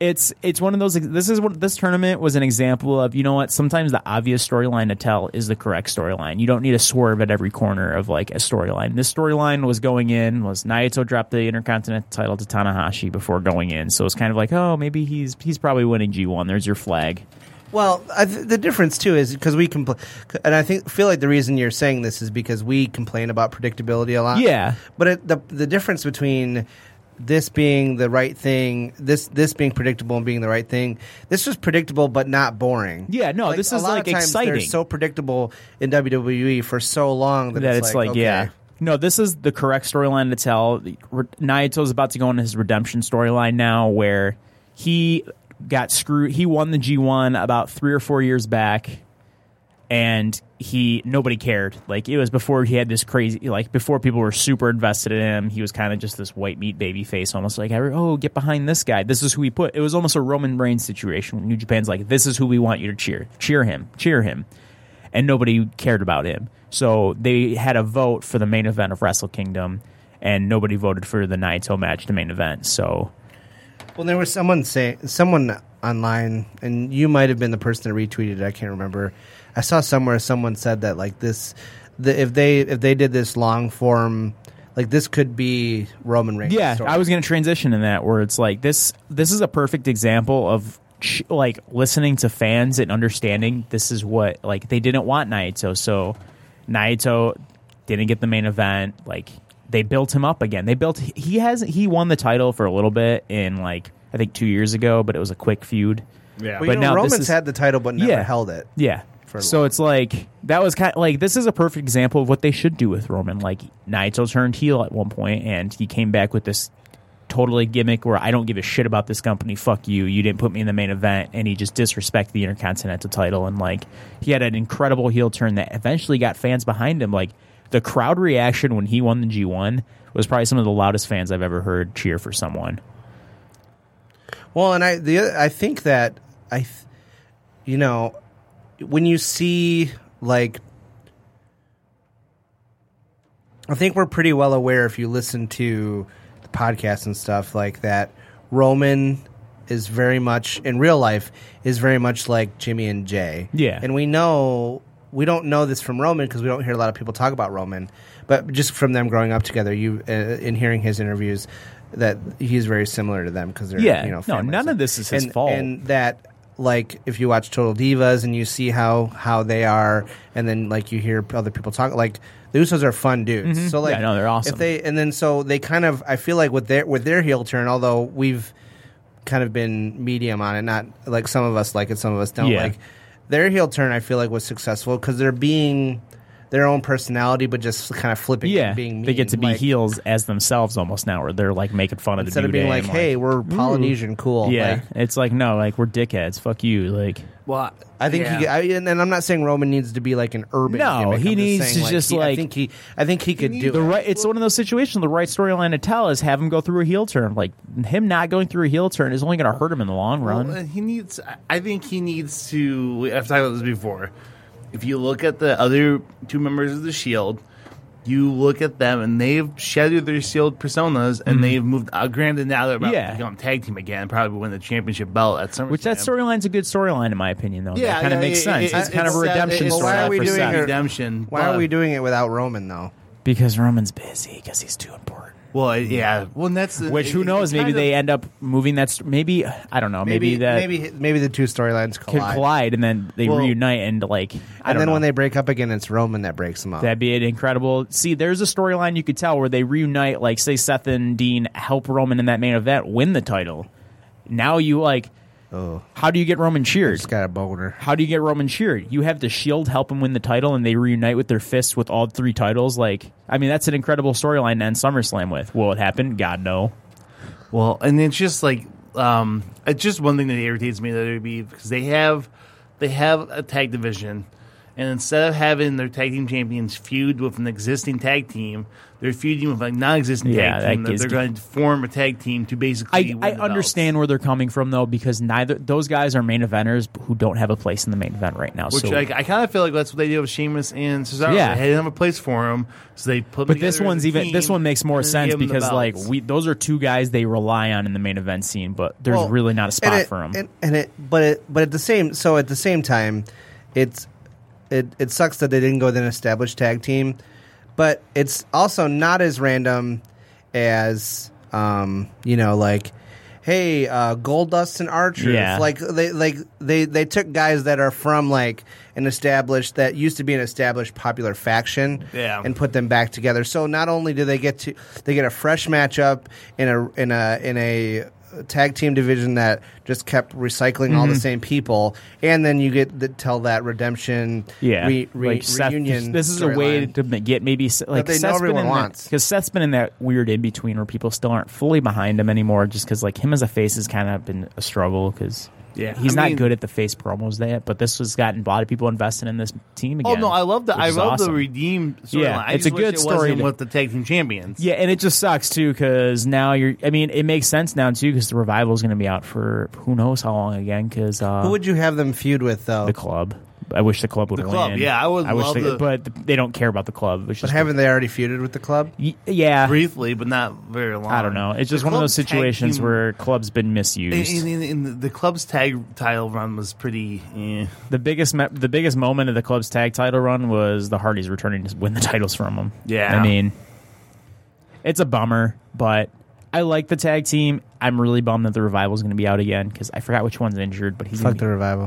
[SPEAKER 9] it's it's one of those this is what this tournament was an example of you know what sometimes the obvious storyline to tell is the correct storyline you don't need to swerve at every corner of like a storyline this storyline was going in was Naito dropped the intercontinental title to Tanahashi before going in so it's kind of like oh maybe he's he's probably winning G1 there's your flag
[SPEAKER 7] Well, I th- the difference too is because we compl- and I think feel like the reason you're saying this is because we complain about predictability a lot.
[SPEAKER 9] Yeah.
[SPEAKER 7] but it, the the difference between this being the right thing, this this being predictable and being the right thing, this was predictable but not boring.
[SPEAKER 9] Yeah, no, this
[SPEAKER 7] a
[SPEAKER 9] is,
[SPEAKER 7] lot
[SPEAKER 9] like,
[SPEAKER 7] of times They're
[SPEAKER 9] exciting.
[SPEAKER 7] so predictable in WWE for so long that,
[SPEAKER 9] that it's, like,
[SPEAKER 7] okay,
[SPEAKER 9] yeah no this is the correct storyline to tell Re- naito's about to go into his redemption storyline now where he got screwed he won the g1 about three or four years back and he nobody cared like it was before he had this crazy like before people were super invested in him he was kind of just this white meat baby face almost like oh get behind this guy this is who he put it was almost a roman reigns situation new japan's like this is who we want you to cheer cheer him cheer him and nobody cared about him. So they had a vote for the main event of Wrestle Kingdom, and nobody voted for the Naito match, the main event. So
[SPEAKER 7] Well, there was someone saying someone online, and you might have been the person that retweeted. it. I can't remember. I saw somewhere someone said that like this, the, if they if they did this long form, like this could be Roman Reigns.
[SPEAKER 9] yeah,
[SPEAKER 7] story.
[SPEAKER 9] I was going to transition in that where it's like this. This is a perfect example of ch- like listening to fans and understanding this is what like they didn't want Naito, so Naito didn't get the main event. Like they built him up again. They built he has he won the title for a little bit in like I think two years ago, but it was a quick feud.
[SPEAKER 8] Yeah.
[SPEAKER 7] Well, you
[SPEAKER 9] but
[SPEAKER 7] know,
[SPEAKER 9] now this
[SPEAKER 7] Roman's
[SPEAKER 9] is-
[SPEAKER 7] had the title but never
[SPEAKER 9] Yeah.
[SPEAKER 7] held it.
[SPEAKER 9] Yeah.
[SPEAKER 7] a
[SPEAKER 9] So it's like that was kind like this is a perfect example of what they should do with Roman. Like Naito turned heel at one point, and he came back with this totally gimmick where I don't give a shit about this company. Fuck you. You didn't put me in the main event. And he just disrespected the Intercontinental title. And like, he had an incredible heel turn that eventually got fans behind him. Like, the crowd reaction when he won the G1 was probably some of the loudest fans I've ever heard cheer for someone.
[SPEAKER 7] Well, and I the other- I think that I, th- you know, when you see like, I think we're pretty well aware if you listen to the podcast and stuff like that. Roman is very much in real life is very much like Jimmy and Jay.
[SPEAKER 9] Yeah.
[SPEAKER 7] and we know we don't know this from Roman because we don't hear a lot of people talk about Roman, but just from them growing up together, you uh, in hearing his interviews. That he's very similar to them because they're
[SPEAKER 9] Yeah.
[SPEAKER 7] you know,
[SPEAKER 9] No,
[SPEAKER 7] families.
[SPEAKER 9] none of this is his
[SPEAKER 7] And-
[SPEAKER 9] fault.
[SPEAKER 7] And that, like, if you watch Total Divas and you see how how they are, and then like you hear other people talk, like the Usos are fun dudes.
[SPEAKER 9] Mhm.
[SPEAKER 7] So like,
[SPEAKER 9] Yeah, no, they're awesome.
[SPEAKER 7] If they and then so they kind of, I feel like with their with their heel turn, although we've kind of been medium on it, not like some of us like it, some of us don't
[SPEAKER 9] Yeah.
[SPEAKER 7] like their heel turn. I feel like was successful because they're being their own personality, but just kind of flipping.
[SPEAKER 9] Yeah.
[SPEAKER 7] and being
[SPEAKER 9] they get
[SPEAKER 7] mean,
[SPEAKER 9] to be
[SPEAKER 7] like,
[SPEAKER 9] heels as themselves almost now, where they're like making fun of the
[SPEAKER 7] instead of
[SPEAKER 9] New
[SPEAKER 7] being
[SPEAKER 9] Day
[SPEAKER 7] like,
[SPEAKER 9] and,
[SPEAKER 7] "Hey, we're Polynesian, cool."
[SPEAKER 9] Yeah.
[SPEAKER 7] Like,
[SPEAKER 9] it's like, no, like, we're dickheads. Fuck you. Like,
[SPEAKER 7] Well, I think he. I, and and I'm not saying Roman needs to be like an urban.
[SPEAKER 9] No,
[SPEAKER 7] gimmick.
[SPEAKER 9] he
[SPEAKER 7] I'm
[SPEAKER 9] needs
[SPEAKER 7] saying,
[SPEAKER 9] to just,
[SPEAKER 7] he- I
[SPEAKER 9] like-
[SPEAKER 7] think he. I think he could do
[SPEAKER 9] the
[SPEAKER 7] it.
[SPEAKER 9] right. It's one of those situations. The right storyline to tell is have him go through a heel turn. Like him not going through a heel turn is only going to hurt him in the long run.
[SPEAKER 8] Well, uh, he needs. I- I think he needs to. I've talked about this before. If you look at the other two members of the Shield, E you look at them and they've shattered their Shield E personas and they've moved. Uh, granted, now they're about
[SPEAKER 9] Mm-hmm. Yeah.
[SPEAKER 8] to become tag team again, probably win the championship belt at some.
[SPEAKER 9] Which that storyline's a good storyline in my opinion, though.
[SPEAKER 8] Yeah,
[SPEAKER 9] that kind of
[SPEAKER 8] yeah,
[SPEAKER 9] makes
[SPEAKER 8] it-
[SPEAKER 9] sense.
[SPEAKER 8] it-
[SPEAKER 9] it's kind of a
[SPEAKER 8] it's- uh,
[SPEAKER 9] redemption
[SPEAKER 8] it's-
[SPEAKER 9] story.
[SPEAKER 7] why are we
[SPEAKER 9] for
[SPEAKER 7] doing
[SPEAKER 9] Seth.
[SPEAKER 7] it?
[SPEAKER 8] redemption.
[SPEAKER 7] Why are
[SPEAKER 8] but-
[SPEAKER 7] we doing it without Roman though?
[SPEAKER 9] Because Roman's busy because he's too important.
[SPEAKER 8] Well, yeah. Well, and that's the-
[SPEAKER 9] Which who
[SPEAKER 8] it-
[SPEAKER 9] knows?
[SPEAKER 8] it
[SPEAKER 9] Maybe
[SPEAKER 8] kind
[SPEAKER 9] they
[SPEAKER 8] of-
[SPEAKER 9] end up moving that. St- maybe I don't know. Maybe, that
[SPEAKER 7] maybe maybe the two storylines
[SPEAKER 9] could
[SPEAKER 7] collide.
[SPEAKER 9] collide. and then they
[SPEAKER 7] Well-
[SPEAKER 9] reunite and like. I
[SPEAKER 7] and
[SPEAKER 9] don't
[SPEAKER 7] then
[SPEAKER 9] know.
[SPEAKER 7] when they break up again, it's Roman that breaks them up.
[SPEAKER 9] That'd be an incredible. See, there's a storyline you could tell where they reunite, like say Seth and Dean help Roman in that main event win the title. Now you like,
[SPEAKER 8] Oh.
[SPEAKER 9] how do you get Roman cheered?
[SPEAKER 7] Got a boner.
[SPEAKER 9] How do you get Roman cheered? You have the Shield help him win the title, and they reunite with their fists with all three titles. Like, I mean, that's an incredible storyline to end SummerSlam with. Will it happen? God no.
[SPEAKER 8] Well, and it's just like um, it's just one thing that irritates me that it would be because they have they have a tag division, and instead of having their tag team champions feud with an existing tag team, they're feuding with a non-existing
[SPEAKER 9] Yeah,
[SPEAKER 8] tag team
[SPEAKER 9] that
[SPEAKER 8] that,
[SPEAKER 9] is-
[SPEAKER 8] they're going to form a tag team to basically.
[SPEAKER 9] I,
[SPEAKER 8] win
[SPEAKER 9] I
[SPEAKER 8] the
[SPEAKER 9] understand where they're coming from though, because neither those guys are main eventers who don't have a place in the main event right now.
[SPEAKER 8] belts. Which
[SPEAKER 9] so
[SPEAKER 8] like, I kind of feel like that's what they did with Sheamus and Cesaro.
[SPEAKER 9] Yeah.
[SPEAKER 8] they didn't have a place for him, so they put. 'em
[SPEAKER 9] But this
[SPEAKER 8] together as
[SPEAKER 9] one's
[SPEAKER 8] a
[SPEAKER 9] even
[SPEAKER 8] team,
[SPEAKER 9] this one makes more
[SPEAKER 8] and then
[SPEAKER 9] sense
[SPEAKER 8] give 'em the
[SPEAKER 9] because like
[SPEAKER 8] belts.
[SPEAKER 9] we those are two guys they rely on in the main event scene, but there's
[SPEAKER 7] Well,
[SPEAKER 9] really not a spot
[SPEAKER 7] and it,
[SPEAKER 9] for them.
[SPEAKER 7] And, and it, but it, but at the same, so at the same time, it's it it sucks that they didn't go with an established tag team, but it's also not as random as um you know like. Hey, uh, Goldust and Archer.
[SPEAKER 9] Yeah.
[SPEAKER 7] Like they, like they, they took guys that are from like an established that used to be an established popular faction,
[SPEAKER 8] Yeah.
[SPEAKER 7] and put them back together. So not only do they get to they get a fresh matchup in a in a in a tag team division that just kept recycling all the
[SPEAKER 9] Mm-hmm.
[SPEAKER 7] same people, and then you get the, tell that redemption
[SPEAKER 9] yeah,
[SPEAKER 7] re, re-
[SPEAKER 9] like Seth,
[SPEAKER 7] reunion.
[SPEAKER 9] This is a way
[SPEAKER 7] storyline.
[SPEAKER 9] to ma- get maybe s- like
[SPEAKER 7] they know
[SPEAKER 9] Seth's been
[SPEAKER 7] everyone
[SPEAKER 9] in
[SPEAKER 7] wants.
[SPEAKER 9] because Seth's been in that weird in between where people still aren't fully behind him anymore, just because like him as a face has kind of been a struggle because
[SPEAKER 8] Yeah.
[SPEAKER 9] he's
[SPEAKER 8] I
[SPEAKER 9] not
[SPEAKER 8] mean-
[SPEAKER 9] good at the face promos that, but this has gotten a lot of people invested in this team
[SPEAKER 8] Oh
[SPEAKER 9] again.
[SPEAKER 8] no! I love the
[SPEAKER 9] which
[SPEAKER 8] I
[SPEAKER 9] is
[SPEAKER 8] love the
[SPEAKER 9] awesome.
[SPEAKER 8] redeem storyline.
[SPEAKER 9] Yeah,
[SPEAKER 8] I
[SPEAKER 9] it's
[SPEAKER 8] just
[SPEAKER 9] a
[SPEAKER 8] wish
[SPEAKER 9] good
[SPEAKER 8] it
[SPEAKER 9] story
[SPEAKER 8] wasn't
[SPEAKER 9] to-
[SPEAKER 8] with the tag team champions.
[SPEAKER 9] Yeah, and it just sucks too because now you're. I mean, it makes sense now too because the revival is going to be out for who knows how long again. Because uh,
[SPEAKER 7] Who would you have them feud with though?
[SPEAKER 9] the club? I wish the club would
[SPEAKER 8] The
[SPEAKER 9] win.
[SPEAKER 8] club, yeah, I would
[SPEAKER 9] wish
[SPEAKER 8] love
[SPEAKER 9] they,
[SPEAKER 8] the-
[SPEAKER 9] but they don't care about the club. Which
[SPEAKER 7] but
[SPEAKER 9] is
[SPEAKER 7] haven't they already feuded with the club?
[SPEAKER 9] Y- yeah.
[SPEAKER 8] briefly, but not very long.
[SPEAKER 9] I don't know. It's just
[SPEAKER 8] The
[SPEAKER 9] one of those
[SPEAKER 8] club's tag
[SPEAKER 9] situations
[SPEAKER 8] team-
[SPEAKER 9] where club's been
[SPEAKER 8] in,
[SPEAKER 9] misused.
[SPEAKER 8] in, in- in the club's tag title run was pretty. Eh.
[SPEAKER 9] the biggest me- the biggest moment of the club's tag title run was the Hardys returning to win the titles from them.
[SPEAKER 8] Yeah.
[SPEAKER 9] I mean, it's a bummer, but I like the tag team. I'm really bummed that the revival's going to be out again because I forgot which one's injured, but he's gonna
[SPEAKER 7] Fuck the
[SPEAKER 9] be-
[SPEAKER 7] revival.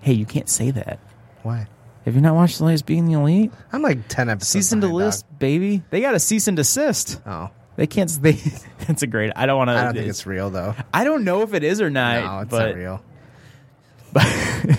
[SPEAKER 9] Hey, you can't say that.
[SPEAKER 7] Why?
[SPEAKER 9] Have you not watched the latest Being the Elite?
[SPEAKER 7] I'm like ten episodes.
[SPEAKER 9] Cease and
[SPEAKER 7] behind, dog.
[SPEAKER 9] desist, baby. They got a cease and desist.
[SPEAKER 7] Oh,
[SPEAKER 9] They can't. They. that's a great. I don't want to.
[SPEAKER 7] I don't think it's real though.
[SPEAKER 9] I don't know if it is or not.
[SPEAKER 7] no, it's
[SPEAKER 9] but
[SPEAKER 7] not real.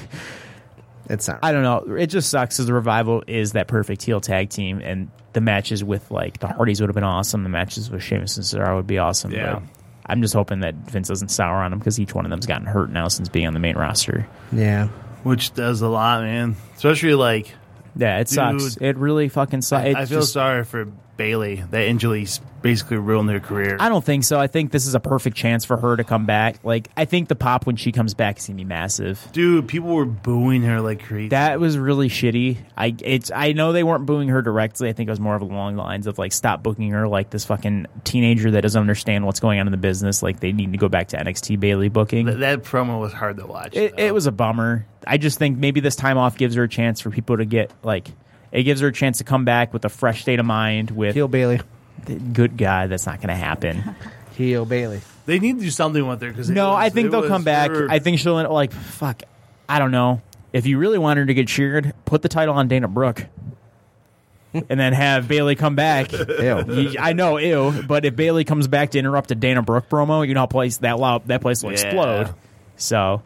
[SPEAKER 7] It's not.
[SPEAKER 9] I don't know. It just sucks because the revival is that perfect heel tag team, and the matches with like the Hardys would have been awesome. The matches with Sheamus and Cesaro would be awesome.
[SPEAKER 8] Yeah.
[SPEAKER 9] But I'm just hoping that Vince doesn't sour on them because each one of them's gotten hurt now since being on the main roster.
[SPEAKER 7] Yeah.
[SPEAKER 8] Which does a lot, man. Especially like
[SPEAKER 9] Yeah, it sucks.
[SPEAKER 8] Dude.
[SPEAKER 9] It really fucking sucks.
[SPEAKER 8] I feel sorry for Bailey. That injury basically ruined her career.
[SPEAKER 9] I don't think so. I think this is a perfect chance for her to come back. Like, I think the pop when she comes back is gonna be massive.
[SPEAKER 8] Dude, people were booing her like crazy.
[SPEAKER 9] That was really shitty. I it's I know they weren't booing her directly. I think it was more of along the lines of like stop booking her like this fucking teenager that doesn't understand what's going on in the business. Like they need to go back to NXT Bailey booking.
[SPEAKER 8] Th- that promo was hard to watch.
[SPEAKER 9] It, it was a bummer. I just think maybe this time off gives her a chance for people to get like it gives her a chance to come back with a fresh state of mind. With
[SPEAKER 7] Heel Bailey.
[SPEAKER 9] good God, that's not going to happen.
[SPEAKER 7] Heel Bailey.
[SPEAKER 8] they need to do something with her because
[SPEAKER 9] No, I think they'll come back. I think she'll end up like fuck. I don't know. If you really want her to get cheered, put the title on Dana Brooke, and then have Bailey come back.
[SPEAKER 7] Ew.
[SPEAKER 9] You- I know, ew. But if Bailey comes back to interrupt a Dana Brooke promo, you know, how place that loud, that place will
[SPEAKER 8] Yeah.
[SPEAKER 9] explode. So,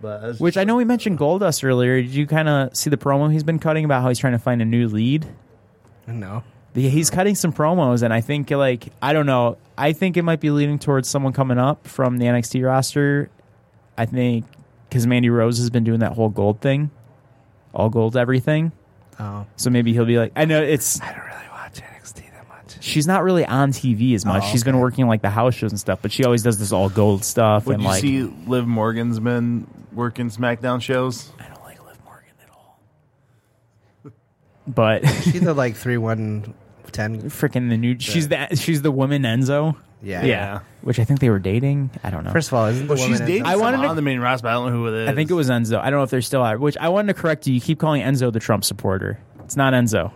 [SPEAKER 8] but
[SPEAKER 9] which I know we mentioned Goldust earlier. Did you kind of see the promo he's been cutting about how he's trying to find a new lead?
[SPEAKER 7] No.
[SPEAKER 9] Yeah,
[SPEAKER 7] Uh-huh.
[SPEAKER 9] he's cutting some promos, and I think like I don't know. I think it might be leaning towards someone coming up from the NXT roster. I think because Mandy Rose has been doing that whole gold thing, all gold everything.
[SPEAKER 7] Oh.
[SPEAKER 9] So maybe he'll be like, I know it's
[SPEAKER 7] I don't really watch NXT that much. Oh,
[SPEAKER 9] she's not really on TV as much. She's been working like the house shows and stuff, but she always does this all gold stuff
[SPEAKER 8] would
[SPEAKER 9] and
[SPEAKER 8] you
[SPEAKER 9] like
[SPEAKER 8] see Liv Morgan's been working SmackDown shows?
[SPEAKER 9] I don't like Liv Morgan at all. But
[SPEAKER 7] She's a like three one ten.
[SPEAKER 9] freaking the new she's the she's the woman Enzo.
[SPEAKER 7] Yeah.
[SPEAKER 9] yeah, which I think they were dating. I don't know.
[SPEAKER 7] First of all, isn't the
[SPEAKER 8] Well,
[SPEAKER 7] woman
[SPEAKER 8] she's dating
[SPEAKER 9] I wanted
[SPEAKER 8] someone
[SPEAKER 9] to-
[SPEAKER 8] on the main roster. but I don't know who it is.
[SPEAKER 9] I think it was Enzo. I don't know if they're still out. Which I wanted to correct you. You keep calling Enzo the Trump supporter. It's not Enzo.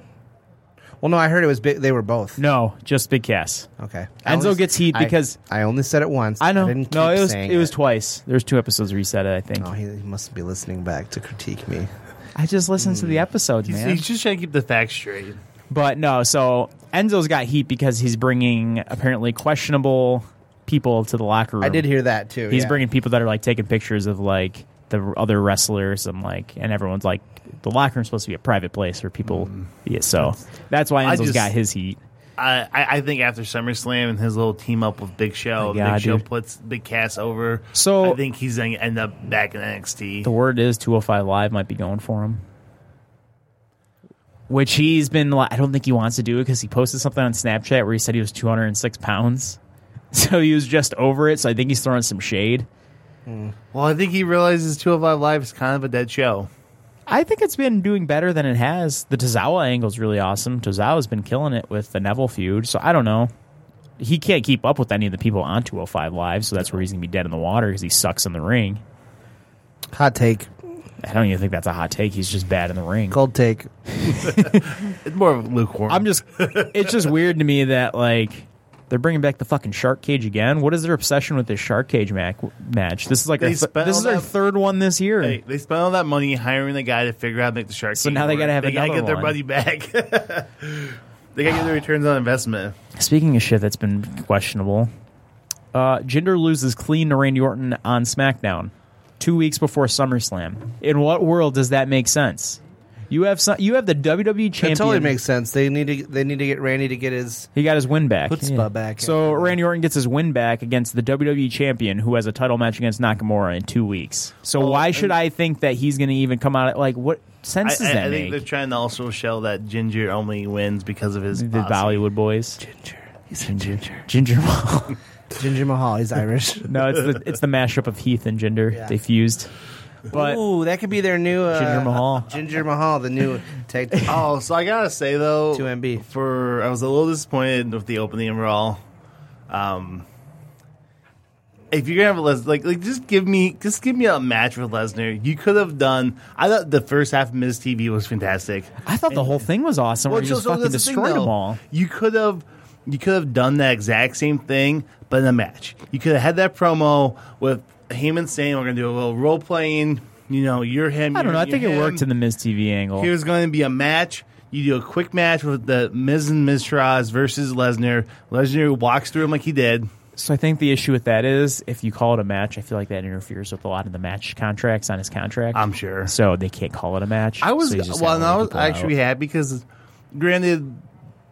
[SPEAKER 7] Well, no, I heard it was big. They were both.
[SPEAKER 9] No, just Big Cass.
[SPEAKER 7] Okay. I
[SPEAKER 9] Enzo
[SPEAKER 7] only-
[SPEAKER 9] gets heat
[SPEAKER 7] I-
[SPEAKER 9] because
[SPEAKER 7] I, only said it once.
[SPEAKER 9] I know.
[SPEAKER 7] didn't
[SPEAKER 9] no,
[SPEAKER 7] keep
[SPEAKER 9] it was
[SPEAKER 7] saying
[SPEAKER 9] it was twice. There's two episodes where you said it. I think.
[SPEAKER 7] Oh, he, he must be listening back to critique me.
[SPEAKER 9] I just listened to the
[SPEAKER 7] Hmm.
[SPEAKER 9] episodes,
[SPEAKER 8] He's,
[SPEAKER 9] man.
[SPEAKER 8] he's just trying to keep the facts straight.
[SPEAKER 9] But no, so Enzo's got heat because he's bringing apparently questionable people to the locker room.
[SPEAKER 7] I did hear that too.
[SPEAKER 9] He's
[SPEAKER 7] yeah.
[SPEAKER 9] bringing people that are like taking pictures of like the other wrestlers and like, and everyone's like, the locker room's supposed to be a private place for people. Yeah, so that's why
[SPEAKER 8] I
[SPEAKER 9] Enzo's
[SPEAKER 8] just-
[SPEAKER 9] got his heat.
[SPEAKER 8] I, I I think after SummerSlam and his little team up with Big Show,
[SPEAKER 9] My God,
[SPEAKER 8] Big Show
[SPEAKER 9] dude.
[SPEAKER 8] puts Big Cass over.
[SPEAKER 9] So-
[SPEAKER 8] I think he's going to end up back in NXT.
[SPEAKER 9] The word is 205 Live might be going for him. Which he's been, li- I don't think he wants to do it because he posted something on Snapchat where he said he was 206 pounds. So he was just over it. So I think he's throwing some shade.
[SPEAKER 8] well, I think he realizes 205 Live is kind of a dead show.
[SPEAKER 9] I think it's been doing better than it has. The Tozawa angle's really awesome. Tozawa's been killing it with the Neville feud. So I don't know. He can't keep up with any of the people on 205 Live. So that's where he's going to be dead in the water because he sucks in the ring.
[SPEAKER 7] hot take,
[SPEAKER 9] I don't even think that's a hot take. He's just bad in the ring.
[SPEAKER 7] cold take.
[SPEAKER 8] It's more of a lukewarm.
[SPEAKER 9] I'm just it's just weird to me that like they're bringing back the fucking shark cage again. What is their obsession with this shark cage mac- match? This is like our
[SPEAKER 8] They
[SPEAKER 9] th-
[SPEAKER 8] spent
[SPEAKER 9] this
[SPEAKER 8] all
[SPEAKER 9] is our
[SPEAKER 8] that-
[SPEAKER 9] third one this year.
[SPEAKER 8] Hey, they spent all that money hiring the guy to figure out how to make the shark.
[SPEAKER 9] So
[SPEAKER 8] Tank
[SPEAKER 9] now they
[SPEAKER 8] work.
[SPEAKER 9] gotta have
[SPEAKER 8] they gotta
[SPEAKER 9] another
[SPEAKER 8] get their
[SPEAKER 9] one.
[SPEAKER 8] money back. they gotta get their returns on investment.
[SPEAKER 9] Speaking of shit that's been questionable, uh, Jinder loses clean to Randy Orton on SmackDown two weeks before SummerSlam. In what world does that make sense? You have some, you have the WWE champion.
[SPEAKER 7] It totally makes sense. They need to. They need to get Randy to get his.
[SPEAKER 9] He got his win back.
[SPEAKER 7] Chutzpah back.
[SPEAKER 9] So Randy Orton gets his win back against the WWE champion who has a title match against Nakamura in two weeks. So why should I think that he's going to even come out? Like, what sense does
[SPEAKER 8] I,
[SPEAKER 9] that
[SPEAKER 8] I, I think
[SPEAKER 9] make?
[SPEAKER 8] they're trying to also show that Ginger only wins because of his
[SPEAKER 9] the
[SPEAKER 8] posse.
[SPEAKER 9] Bollywood boys.
[SPEAKER 7] Ginger.
[SPEAKER 9] Ginger. Ginger. Mahal.
[SPEAKER 7] Ginger Mahal. He's Irish.
[SPEAKER 9] no, it's the it's the mashup of Heath and Ginger.
[SPEAKER 7] Yeah.
[SPEAKER 9] They fused. But
[SPEAKER 7] Ooh, that could be their new uh,
[SPEAKER 9] Ginger Mahal.
[SPEAKER 7] Ginger Mahal, the new tag team.
[SPEAKER 8] Oh, so I gotta say though,
[SPEAKER 7] 2MB.
[SPEAKER 8] for I was a little disappointed with the opening and raw. Um, if you're gonna have a Les, like like just give me just give me a match with Lesnar. You could have done. I thought the first half of Miz TV was fantastic.
[SPEAKER 9] I thought the whole thing was awesome. where you
[SPEAKER 8] so-
[SPEAKER 9] just
[SPEAKER 8] so
[SPEAKER 9] fucking
[SPEAKER 8] that's the thing,
[SPEAKER 9] destroyed
[SPEAKER 8] though.
[SPEAKER 9] them all.
[SPEAKER 8] You could have you could have done that exact same thing, but in a match. You could have had that promo with Heyman saying we're gonna do a little role playing. You know, you're him.
[SPEAKER 9] I don't know. I
[SPEAKER 8] you're-
[SPEAKER 9] think
[SPEAKER 8] you're
[SPEAKER 9] it
[SPEAKER 8] him.
[SPEAKER 9] worked in the Miz TV angle.
[SPEAKER 8] Here's going to be a match. You do a quick match with the Miz and Miz Shiraz versus Lesnar. Lesnar walks through him like he did.
[SPEAKER 9] So I think the issue with that is if you call it a match, I feel like that interferes with a lot of the match contracts on his contract. I'm
[SPEAKER 8] sure.
[SPEAKER 9] So they can't call it a match.
[SPEAKER 8] I was
[SPEAKER 9] So you just
[SPEAKER 8] well,
[SPEAKER 9] gotta
[SPEAKER 8] no, I
[SPEAKER 9] let
[SPEAKER 8] was
[SPEAKER 9] people
[SPEAKER 8] actually
[SPEAKER 9] out.
[SPEAKER 8] happy because, granted,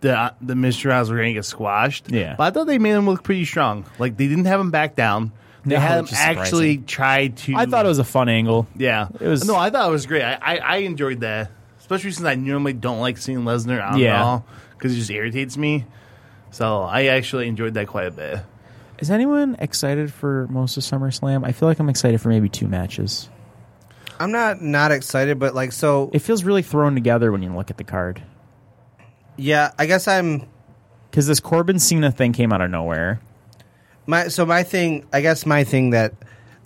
[SPEAKER 8] the the mystery rounds were going to get squashed.
[SPEAKER 9] Yeah.
[SPEAKER 8] but I thought they made him look pretty strong. Like they didn't have him back down. They
[SPEAKER 9] No,
[SPEAKER 8] had him
[SPEAKER 9] which is surprising.
[SPEAKER 8] actually try to.
[SPEAKER 9] I thought it was a fun angle.
[SPEAKER 8] Yeah,
[SPEAKER 9] It was-
[SPEAKER 8] No, I thought it was great. I, I, I enjoyed that, especially since I normally don't like seeing Lesnar out
[SPEAKER 9] Yeah.
[SPEAKER 8] at all because it just irritates me. So I actually enjoyed that quite a bit.
[SPEAKER 9] Is anyone excited for most of SummerSlam? I feel like I'm excited for maybe two matches.
[SPEAKER 7] I'm not not excited, but like so.
[SPEAKER 9] It feels really thrown together when you look at the card.
[SPEAKER 7] Yeah, I guess I'm
[SPEAKER 9] Because this Corbin Cena thing came out of nowhere.
[SPEAKER 7] my so my thing. I guess my thing that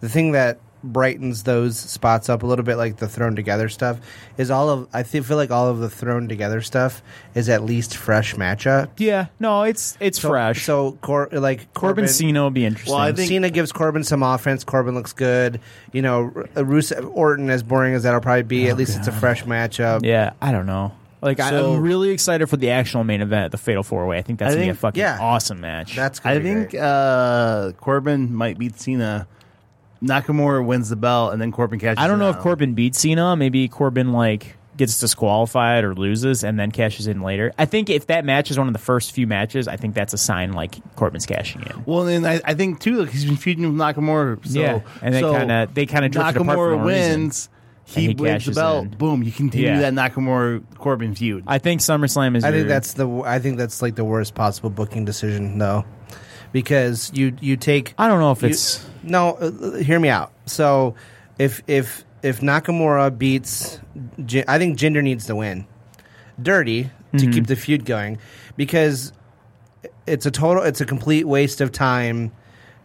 [SPEAKER 7] the thing that brightens those spots up a little bit, like the thrown together stuff, is all of. I thi- feel like all of the thrown together stuff is at least fresh matchup.
[SPEAKER 9] Yeah, no, it's it's
[SPEAKER 7] So-
[SPEAKER 9] fresh.
[SPEAKER 7] So Cor- like
[SPEAKER 9] Corbin Cena will be interesting.
[SPEAKER 7] Well, I think Cena gives Corbin some offense. Corbin looks good. You know, R- uh, Rusev Orton, as boring as that'll probably be, at least it's a fresh matchup.
[SPEAKER 9] yeah, I don't know. Like I-
[SPEAKER 7] So-
[SPEAKER 9] I'm really excited for the actual main event, the Fatal Four Way. I think that's
[SPEAKER 8] I
[SPEAKER 9] gonna be a
[SPEAKER 8] think-
[SPEAKER 9] fucking
[SPEAKER 7] yeah.
[SPEAKER 9] awesome match.
[SPEAKER 7] That's gonna
[SPEAKER 8] I
[SPEAKER 7] be
[SPEAKER 8] think
[SPEAKER 7] great.
[SPEAKER 8] uh, Corbin might beat Cena. Nakamura wins the belt, and then Corbin catches.
[SPEAKER 9] I don't know
[SPEAKER 8] him
[SPEAKER 9] if
[SPEAKER 8] out.
[SPEAKER 9] Corbin beats Cena. Maybe Corbin like gets disqualified or loses and then cashes in later. I think if that match is one of the first few matches, I think that's a sign like Corbin's cashing in.
[SPEAKER 8] Well, and I, I think too, like, he's been feuding with Nakamura. So,
[SPEAKER 9] Yeah, and they
[SPEAKER 8] so
[SPEAKER 9] kinda- they kinda drifted apart for
[SPEAKER 8] Nakamura
[SPEAKER 9] no reason.
[SPEAKER 8] wins.
[SPEAKER 9] And
[SPEAKER 8] He,
[SPEAKER 9] he
[SPEAKER 8] wins the
[SPEAKER 9] cashes
[SPEAKER 8] belt.
[SPEAKER 9] in.
[SPEAKER 8] Boom! You continue
[SPEAKER 9] Yeah.
[SPEAKER 8] that Nakamura Corbin feud.
[SPEAKER 9] I think SummerSlam is.
[SPEAKER 7] I think
[SPEAKER 9] your-
[SPEAKER 7] that's the. I think that's like the worst possible booking decision, though, because you you take.
[SPEAKER 9] I don't know if
[SPEAKER 7] you-
[SPEAKER 9] it's.
[SPEAKER 7] no. uh, Hear me out. So, if if if Nakamura beats, Jin- I think Jinder needs to win, dirty
[SPEAKER 9] Mm-hmm.
[SPEAKER 7] to keep the feud going, because it's a total. It's a complete waste of time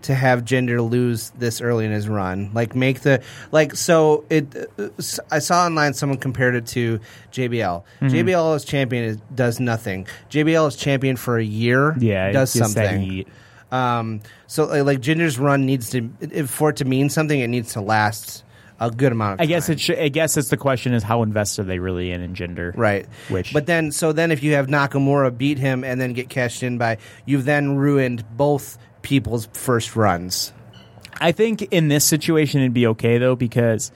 [SPEAKER 7] to have Jinder lose this early in his run. Like make the like so it. uh, s- I saw online someone compared it to JBL.
[SPEAKER 9] Mm-hmm.
[SPEAKER 7] JBL as champion is, does nothing. JBL is champion for a year.
[SPEAKER 9] Yeah, it
[SPEAKER 7] does
[SPEAKER 9] gets that
[SPEAKER 7] something.
[SPEAKER 9] heat.
[SPEAKER 7] Um, so like, like Ginger's run needs to if for it to mean something, it needs to last a good amount. of
[SPEAKER 9] I
[SPEAKER 7] time.
[SPEAKER 9] guess it. Should, I guess it's the question is how invested are they really in in gender,
[SPEAKER 7] Right.
[SPEAKER 9] Which,
[SPEAKER 7] But then, so then if you have Nakamura beat him and then get cashed in by, you've then ruined both people's first runs.
[SPEAKER 9] I think in this situation it'd be okay though because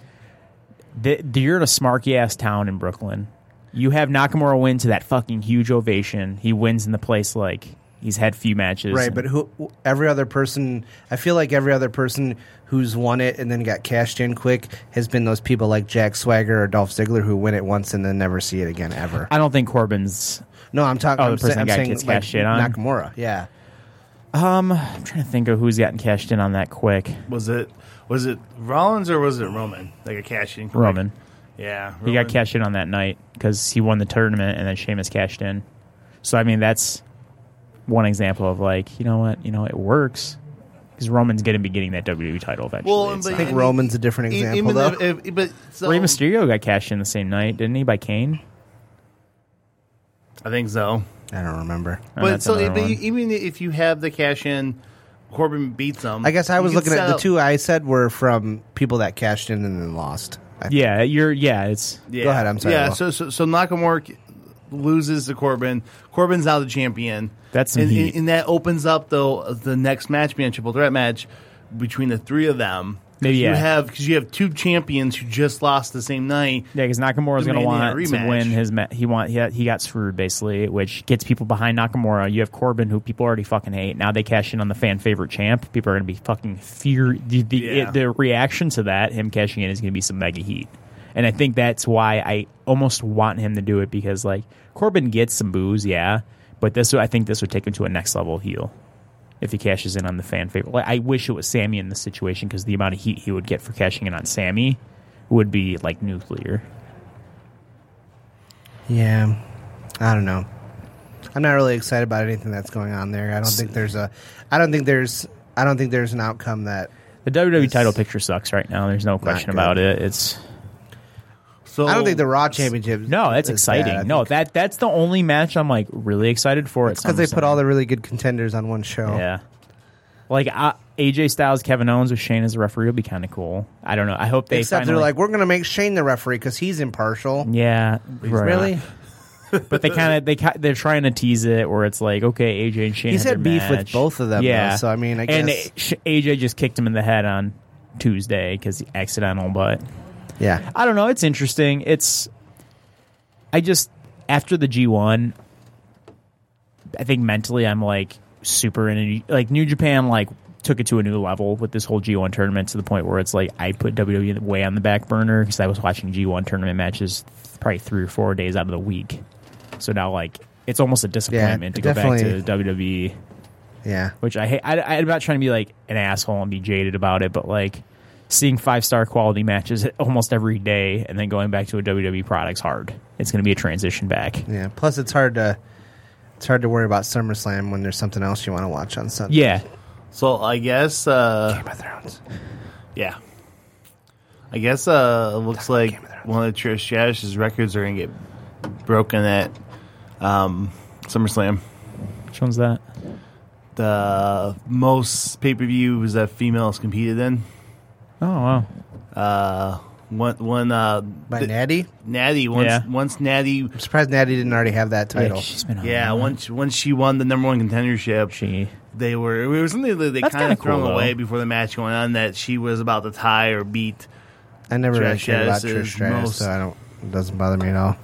[SPEAKER 9] th- you're in a smarky ass town in Brooklyn. You have Nakamura win to that fucking huge ovation. He wins in the place like he's had few matches,
[SPEAKER 7] Right.
[SPEAKER 9] and-
[SPEAKER 7] But who, every other person, I feel like every other person who's won it and then got cashed in quick has been those people like Jack Swagger or Dolph Ziggler who win it once and then never see it again ever.
[SPEAKER 9] I don't think Corbin's.
[SPEAKER 7] No, I'm talking.
[SPEAKER 9] Oh, the
[SPEAKER 7] I'm, sa-
[SPEAKER 9] person
[SPEAKER 7] I'm
[SPEAKER 9] that
[SPEAKER 7] saying
[SPEAKER 9] gets
[SPEAKER 7] like,
[SPEAKER 9] cashed in on?
[SPEAKER 7] Nakamura. Yeah.
[SPEAKER 9] I'm trying to think of who's gotten cashed in on that quick.
[SPEAKER 8] was it was it Rollins or was it Roman? Like a cash in.
[SPEAKER 9] Roman.
[SPEAKER 8] Yeah,
[SPEAKER 9] He got
[SPEAKER 8] Roman.
[SPEAKER 9] cashed in on that night because he won the tournament, and then Sheamus cashed in. So I mean, that's one example of like, you know what, you know, it works because Roman's going to be getting that WWE title eventually.
[SPEAKER 8] Well,
[SPEAKER 9] It's
[SPEAKER 8] but-
[SPEAKER 9] not-
[SPEAKER 7] I think Roman's a different
[SPEAKER 8] E-
[SPEAKER 7] example,
[SPEAKER 8] even
[SPEAKER 7] though.
[SPEAKER 8] if- if- but so,
[SPEAKER 9] Rey Mysterio got cashed in the same night, didn't he? By Kane.
[SPEAKER 8] I think so.
[SPEAKER 7] I don't remember.
[SPEAKER 9] Oh,
[SPEAKER 8] but
[SPEAKER 9] that's
[SPEAKER 8] so
[SPEAKER 9] another
[SPEAKER 8] but
[SPEAKER 9] one.
[SPEAKER 8] even if you have the cash in, Corbin beats him.
[SPEAKER 7] I guess I
[SPEAKER 8] you
[SPEAKER 7] was
[SPEAKER 8] can
[SPEAKER 7] looking at the
[SPEAKER 8] sell-
[SPEAKER 7] two I said were from people that cashed in and then lost. I
[SPEAKER 9] Yeah, you're. Yeah, it's.
[SPEAKER 8] Yeah.
[SPEAKER 7] Go ahead, I'm sorry,
[SPEAKER 8] Yeah.
[SPEAKER 7] Will.
[SPEAKER 8] So, so so Nakamura c- loses to Corbin. Corbin's now the champion.
[SPEAKER 9] That's some
[SPEAKER 8] and, and-
[SPEAKER 9] heat.
[SPEAKER 8] and that opens up though the next match being a triple threat match between the three of them.
[SPEAKER 9] Maybe,
[SPEAKER 8] you
[SPEAKER 9] yeah.
[SPEAKER 8] have because you have two champions who just lost the same night.
[SPEAKER 9] Yeah, because Nakamura's
[SPEAKER 8] The
[SPEAKER 9] going
[SPEAKER 8] Mania
[SPEAKER 9] to want
[SPEAKER 8] rematch.
[SPEAKER 9] to win his. Ma- he want he, he got screwed basically, which gets people behind Nakamura. You have Corbin, who people already fucking hate. Now they cash in on the fan favorite champ. People are going to be fucking fear. The the,
[SPEAKER 8] Yeah.
[SPEAKER 9] the reaction to that him cashing in is going to be some mega heat, and I think that's why I almost want him to do it because like Corbin gets some booze, yeah, but this I think this would take him to a next level heel. If he cashes in on the fan favorite, like, I wish it was Sammy in this situation because the amount of heat he would get for cashing in on Sammy would be like nuclear.
[SPEAKER 7] Yeah, I don't know. I'm not really excited about anything that's going on there. I don't think there's a. I don't think there's. I don't think there's an outcome that.
[SPEAKER 9] The WWE
[SPEAKER 7] It's-
[SPEAKER 9] title picture sucks right now. There's no question
[SPEAKER 7] good.
[SPEAKER 9] about it. It's
[SPEAKER 8] So
[SPEAKER 7] I don't think the Raw Championship.
[SPEAKER 9] no, that's
[SPEAKER 7] is
[SPEAKER 9] exciting.
[SPEAKER 7] bad. I
[SPEAKER 9] no,
[SPEAKER 7] think-
[SPEAKER 9] that that's the only match I'm like really excited for.
[SPEAKER 7] it's because they put all the really good contenders on one show.
[SPEAKER 9] yeah, like I, AJ Styles, Kevin Owens with Shane as a referee would be kind of cool. I don't know. I hope they
[SPEAKER 7] Except
[SPEAKER 9] finally,
[SPEAKER 7] they're like, we're going to make Shane the referee because he's impartial.
[SPEAKER 9] yeah, right.
[SPEAKER 7] Really?
[SPEAKER 9] but they kind of they ki- they're trying to tease it where it's like, okay, AJ and Shane.
[SPEAKER 7] He's
[SPEAKER 9] had,
[SPEAKER 7] had
[SPEAKER 9] their
[SPEAKER 7] beef with
[SPEAKER 9] match.
[SPEAKER 7] both of them, though,
[SPEAKER 9] Yeah.
[SPEAKER 7] so, I mean, I
[SPEAKER 9] and
[SPEAKER 7] guess-
[SPEAKER 9] it- sh- AJ just kicked him in the head on Tuesday because accidental. But
[SPEAKER 7] Yeah.
[SPEAKER 9] I don't know. It's interesting. It's I just after the G one, I think mentally I'm like super in like New Japan like took it to a new level with this whole G1 tournament to the point where it's like I put WWE way on the back burner because I was watching G1 tournament matches probably three or four days out of the week. So now like it's almost a disappointment to go back to E.
[SPEAKER 7] definitely-
[SPEAKER 9] WWE,
[SPEAKER 7] Yeah.
[SPEAKER 9] which I hate. I, I- I'm not trying to be like an asshole and be jaded about it, but like seeing five star quality matches almost every day and then going back to a WWE product's hard. It's going to be a transition back.
[SPEAKER 7] Yeah. Plus, it's hard to it's hard to worry about SummerSlam when there's something else you want to watch on Sunday.
[SPEAKER 9] Yeah,
[SPEAKER 8] So I guess uh Game of
[SPEAKER 7] Thrones.
[SPEAKER 8] Yeah. I guess uh it looks like one of Trish Stratus's records are gonna get broken at um SummerSlam.
[SPEAKER 9] Which one's that?
[SPEAKER 8] The most pay per views that females competed in.
[SPEAKER 9] Oh wow.
[SPEAKER 8] Uh one one uh
[SPEAKER 7] By
[SPEAKER 8] th-
[SPEAKER 7] Natty?
[SPEAKER 8] Natty once
[SPEAKER 7] Yeah.
[SPEAKER 8] once Natty
[SPEAKER 7] I'm surprised Natty didn't already have that title.
[SPEAKER 8] yeah, once once she won the number one contendership,
[SPEAKER 9] she
[SPEAKER 8] they were it was something that they
[SPEAKER 7] That's
[SPEAKER 8] kind of
[SPEAKER 7] kinda
[SPEAKER 8] thrown
[SPEAKER 7] cool, though.
[SPEAKER 8] away before the match going on that she was about to tie or beat.
[SPEAKER 7] I never really
[SPEAKER 8] Trish
[SPEAKER 7] cared about
[SPEAKER 8] Stratus's
[SPEAKER 7] Trish Stratus,
[SPEAKER 8] most-
[SPEAKER 7] so I don't. It doesn't bother me at all.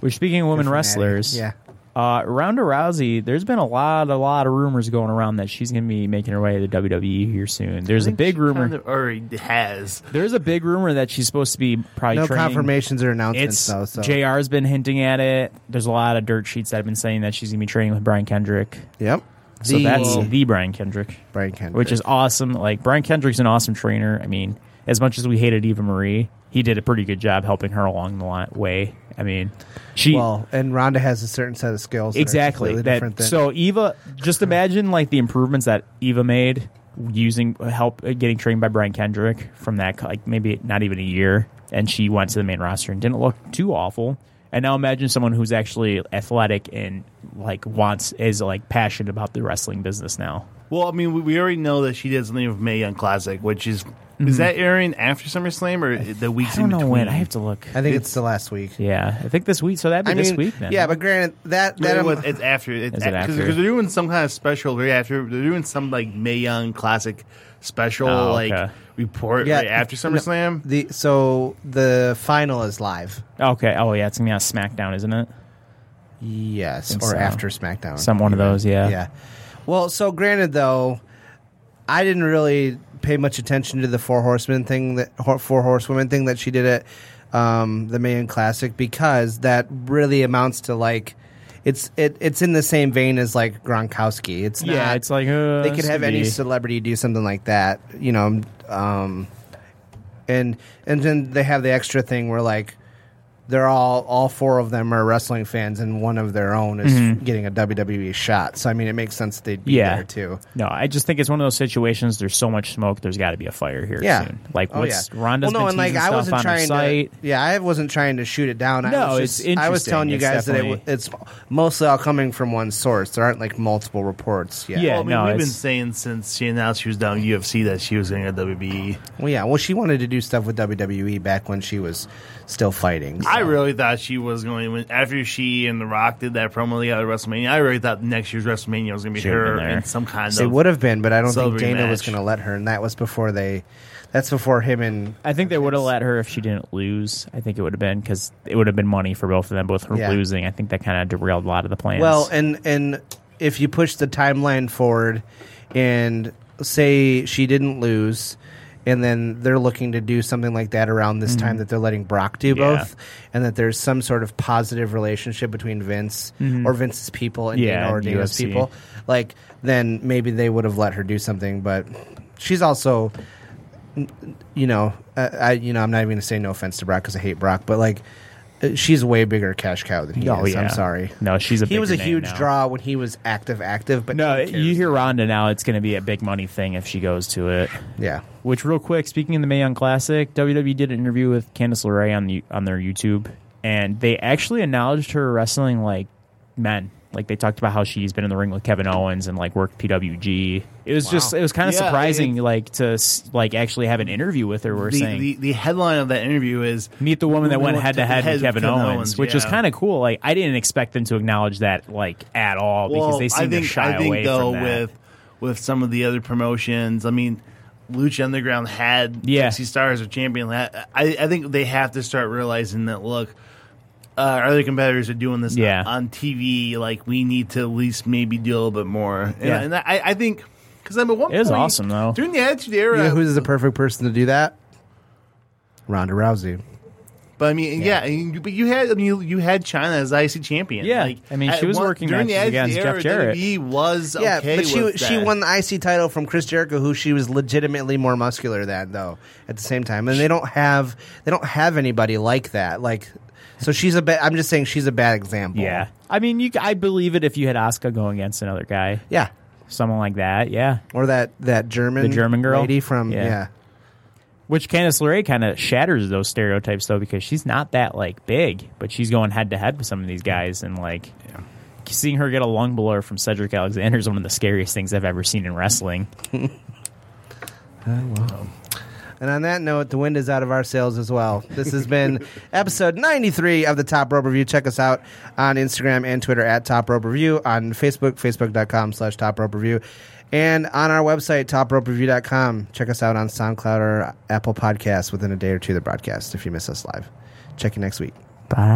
[SPEAKER 9] We're speaking of women
[SPEAKER 7] Natty.
[SPEAKER 9] wrestlers.
[SPEAKER 7] Yeah.
[SPEAKER 9] Uh, Ronda Rousey, there's been a lot, a lot of rumors going around that she's going to be making her way to WWE here soon.
[SPEAKER 8] I
[SPEAKER 9] There's a
[SPEAKER 8] think
[SPEAKER 9] big
[SPEAKER 8] she
[SPEAKER 9] rumor.
[SPEAKER 8] kind of already has.
[SPEAKER 9] There's a big rumor that she's supposed to be probably
[SPEAKER 7] No
[SPEAKER 9] training-
[SPEAKER 7] confirmations or announcements,
[SPEAKER 9] It's
[SPEAKER 7] though, so-
[SPEAKER 9] Jr's been hinting at it. There's a lot of dirt sheets that have been saying that she's gonna be training with Brian Kendrick.
[SPEAKER 7] Yep.
[SPEAKER 9] So
[SPEAKER 7] The-
[SPEAKER 9] that's the Brian Kendrick.
[SPEAKER 7] Brian Kendrick.
[SPEAKER 9] which is awesome. Like Brian Kendrick's an awesome trainer. I mean, as much as we hated Eva Marie, he did a pretty good job helping her along the li- way. I mean, she
[SPEAKER 7] well, and Rhonda has a certain set of skills. that are
[SPEAKER 9] exactly
[SPEAKER 7] completely
[SPEAKER 9] that.
[SPEAKER 7] different than-
[SPEAKER 9] so Eva, just imagine like the improvements that Eva made using help uh, getting trained by Brian Kendrick from that like maybe not even a year, and she went to the main roster and didn't look too awful. And now imagine someone who's actually athletic and like wants is like passionate about the wrestling business now.
[SPEAKER 8] Well, I mean, we, we already know that she did something with Mae Young Classic, which is is that airing after SummerSlam or the weeks in
[SPEAKER 9] don't know
[SPEAKER 8] between?
[SPEAKER 9] when. Mm-hmm. I have to look.
[SPEAKER 7] I think it's, the last week.
[SPEAKER 9] Yeah, I think this week. So that'd be
[SPEAKER 7] I
[SPEAKER 9] this
[SPEAKER 7] mean,
[SPEAKER 9] week then.
[SPEAKER 7] yeah, but granted, that that um,
[SPEAKER 8] It
[SPEAKER 7] I'm-
[SPEAKER 8] was- it's after. It's
[SPEAKER 9] Is
[SPEAKER 8] because
[SPEAKER 9] it after?
[SPEAKER 8] they're doing some kind of special right after. They're doing some like Mae Young Classic special
[SPEAKER 9] Oh, okay.
[SPEAKER 8] like report right after
[SPEAKER 7] no,
[SPEAKER 8] SummerSlam.
[SPEAKER 7] the so the final is live.
[SPEAKER 9] Okay. Oh yeah, it's gonna be on SmackDown, isn't it?
[SPEAKER 7] Yes,
[SPEAKER 9] And
[SPEAKER 7] or
[SPEAKER 9] so-
[SPEAKER 7] after SmackDown.
[SPEAKER 9] Some one of those. Yeah.
[SPEAKER 7] Yeah. Well, so granted though, I didn't really pay much attention to the four horsemen thing that hor- four horsewomen thing that she did at um, the Mayan Classic because that really amounts to like it's it, it's in the same vein as like Gronkowski. It's
[SPEAKER 9] Yeah,
[SPEAKER 7] not-
[SPEAKER 9] it's like, uh,
[SPEAKER 7] they could
[SPEAKER 9] this
[SPEAKER 7] have
[SPEAKER 9] could
[SPEAKER 7] any
[SPEAKER 9] be-
[SPEAKER 7] celebrity do something like that, you know. Um, and and then they have the extra thing where like they're all all four of them are wrestling fans and one of their own is
[SPEAKER 9] Mhm.
[SPEAKER 7] getting a WWE shot. So I mean, it makes sense they'd be
[SPEAKER 9] Yeah.
[SPEAKER 7] there too.
[SPEAKER 9] No, I just think it's one of those situations. There's so much smoke. There's got to be a fire here
[SPEAKER 7] Yeah.
[SPEAKER 9] soon. Like
[SPEAKER 7] Oh,
[SPEAKER 9] what's
[SPEAKER 7] yeah.
[SPEAKER 9] Ronda's
[SPEAKER 7] Well, no,
[SPEAKER 9] been
[SPEAKER 7] and like
[SPEAKER 9] teasing
[SPEAKER 7] I
[SPEAKER 9] stuff
[SPEAKER 7] wasn't
[SPEAKER 9] on her
[SPEAKER 7] trying
[SPEAKER 9] site.
[SPEAKER 7] to. Yeah, I wasn't trying to shoot it down. I
[SPEAKER 9] No,
[SPEAKER 7] was
[SPEAKER 9] it's
[SPEAKER 7] just, I was telling you
[SPEAKER 9] interesting.
[SPEAKER 7] guys
[SPEAKER 9] It's
[SPEAKER 7] that it, w- it's mostly all coming from one source. There aren't like multiple reports yet.
[SPEAKER 8] Well, I mean, we've been saying since she announced she was down UFC that she was going to E. WWE.
[SPEAKER 7] Well, yeah. Well, she wanted to do stuff with WWE back when she was still fighting.
[SPEAKER 8] I really thought she was going when after she and The Rock did that promo together at WrestleMania. I really thought next year's WrestleMania was going to be
[SPEAKER 7] She would've
[SPEAKER 8] her
[SPEAKER 7] been there.
[SPEAKER 8] and some kind
[SPEAKER 7] It
[SPEAKER 8] of.
[SPEAKER 7] would have been, but I don't think
[SPEAKER 8] celebrity
[SPEAKER 7] Dana was
[SPEAKER 8] match.
[SPEAKER 7] going to let her, and that was before they. That's before him and
[SPEAKER 9] I think they would have let her if she didn't lose. I think it would have been because it would have been money for both of them. Both her
[SPEAKER 7] Yeah.
[SPEAKER 9] losing, I think that kind of derailed a lot of the plans.
[SPEAKER 7] Well, and and if you push the timeline forward, and say she didn't lose, and then they're looking to do something like that around this
[SPEAKER 9] Mhm.
[SPEAKER 7] time that they're letting Brock do
[SPEAKER 9] Yeah.
[SPEAKER 7] both, and that there's some sort of positive relationship between Vince
[SPEAKER 9] Mhm.
[SPEAKER 7] or Vince's people and
[SPEAKER 9] Yeah,
[SPEAKER 7] Dana or
[SPEAKER 9] and
[SPEAKER 7] Dana's
[SPEAKER 9] UFC.
[SPEAKER 7] people, like then maybe they would have let her do something, but she's also. You know, uh, I you know I'm not even gonna say no offense to Brock because I hate Brock, but like, uh, she's a way bigger cash cow than he
[SPEAKER 9] Oh,
[SPEAKER 7] is.
[SPEAKER 9] yeah.
[SPEAKER 7] I'm sorry.
[SPEAKER 9] No, she's a
[SPEAKER 7] he was a
[SPEAKER 9] bigger name
[SPEAKER 7] huge
[SPEAKER 9] now.
[SPEAKER 7] draw when he was active, active. But
[SPEAKER 9] No, you hear Ronda now. It's going to be a big money thing if she goes to it.
[SPEAKER 7] Yeah.
[SPEAKER 9] Which, real quick, speaking of the Mae Young Classic, WWE did an interview with Candice LeRae on the on their YouTube, and they actually acknowledged her wrestling like men. Like they talked about how she's been in the ring with Kevin Owens and like worked PWG. It was
[SPEAKER 8] Wow.
[SPEAKER 9] just it was kind of
[SPEAKER 8] Yeah,
[SPEAKER 9] surprising like to s- like actually have an interview with her. We're
[SPEAKER 8] the,
[SPEAKER 9] saying
[SPEAKER 8] the, the headline of that interview is
[SPEAKER 9] meet the woman that went head to head with Kevin Owens, which is
[SPEAKER 8] yeah.
[SPEAKER 9] kind of cool. Like I didn't expect them to acknowledge that like at all because they seem
[SPEAKER 8] I think,
[SPEAKER 9] to shy
[SPEAKER 8] I think
[SPEAKER 9] away
[SPEAKER 8] though
[SPEAKER 9] from that.
[SPEAKER 8] with with some of the other promotions. I mean, Lucha Underground had
[SPEAKER 9] Yeah.
[SPEAKER 8] 60 stars or champion. I I think they have to start realizing that look. Uh, our other competitors are doing this
[SPEAKER 9] Yeah.
[SPEAKER 8] on TV. Like we need to at least maybe do a little bit more.
[SPEAKER 7] Yeah.
[SPEAKER 8] And, and I, I think because I'm at one.
[SPEAKER 7] It is
[SPEAKER 8] point,
[SPEAKER 7] awesome, though.
[SPEAKER 8] During the Attitude Era,
[SPEAKER 7] You know who's the perfect person to do that? Ronda Rousey.
[SPEAKER 8] But I mean, yeah, and you- but you had I mean, you, you had China as IC champion.
[SPEAKER 9] Yeah,
[SPEAKER 8] like,
[SPEAKER 9] I mean, she
[SPEAKER 8] at
[SPEAKER 9] was
[SPEAKER 8] one-
[SPEAKER 9] working
[SPEAKER 8] during the
[SPEAKER 9] matches against
[SPEAKER 8] IC
[SPEAKER 9] Jeff
[SPEAKER 8] era,
[SPEAKER 9] Jarrett.
[SPEAKER 8] WWE was
[SPEAKER 7] Yeah,
[SPEAKER 8] okay
[SPEAKER 7] but she
[SPEAKER 8] with
[SPEAKER 7] she
[SPEAKER 8] that.
[SPEAKER 7] won the IC title from Chris Jericho, who she was legitimately more muscular than though. At the same time, and they don't have they don't have anybody like that. Like, so she's a bad. I'm just saying she's a bad example.
[SPEAKER 9] Yeah, I mean, you. I believe it if you had Asuka going against another guy.
[SPEAKER 7] Yeah,
[SPEAKER 9] someone like that. Yeah,
[SPEAKER 7] or that that German
[SPEAKER 9] the German girl
[SPEAKER 7] lady from yeah.
[SPEAKER 9] Which Candice LeRae kind of shatters those stereotypes though, because she's not that like big, but she's going head to head with some of these guys, and like seeing her get a lung blower from Cedric Alexander is one of the scariest things I've ever seen in wrestling.
[SPEAKER 7] Oh, wow. And on that note, the wind is out of our sails as well. This has been episode 93 of the Top Rope Review. Check us out on Instagram and Twitter at Top Rope Review, on Facebook, facebook.com slash Top Rope Review, and on our website, topropereview.com. Check us out on SoundCloud or Apple Podcasts within a day or two of the broadcast if you miss us live. Check you next week.
[SPEAKER 9] Bye.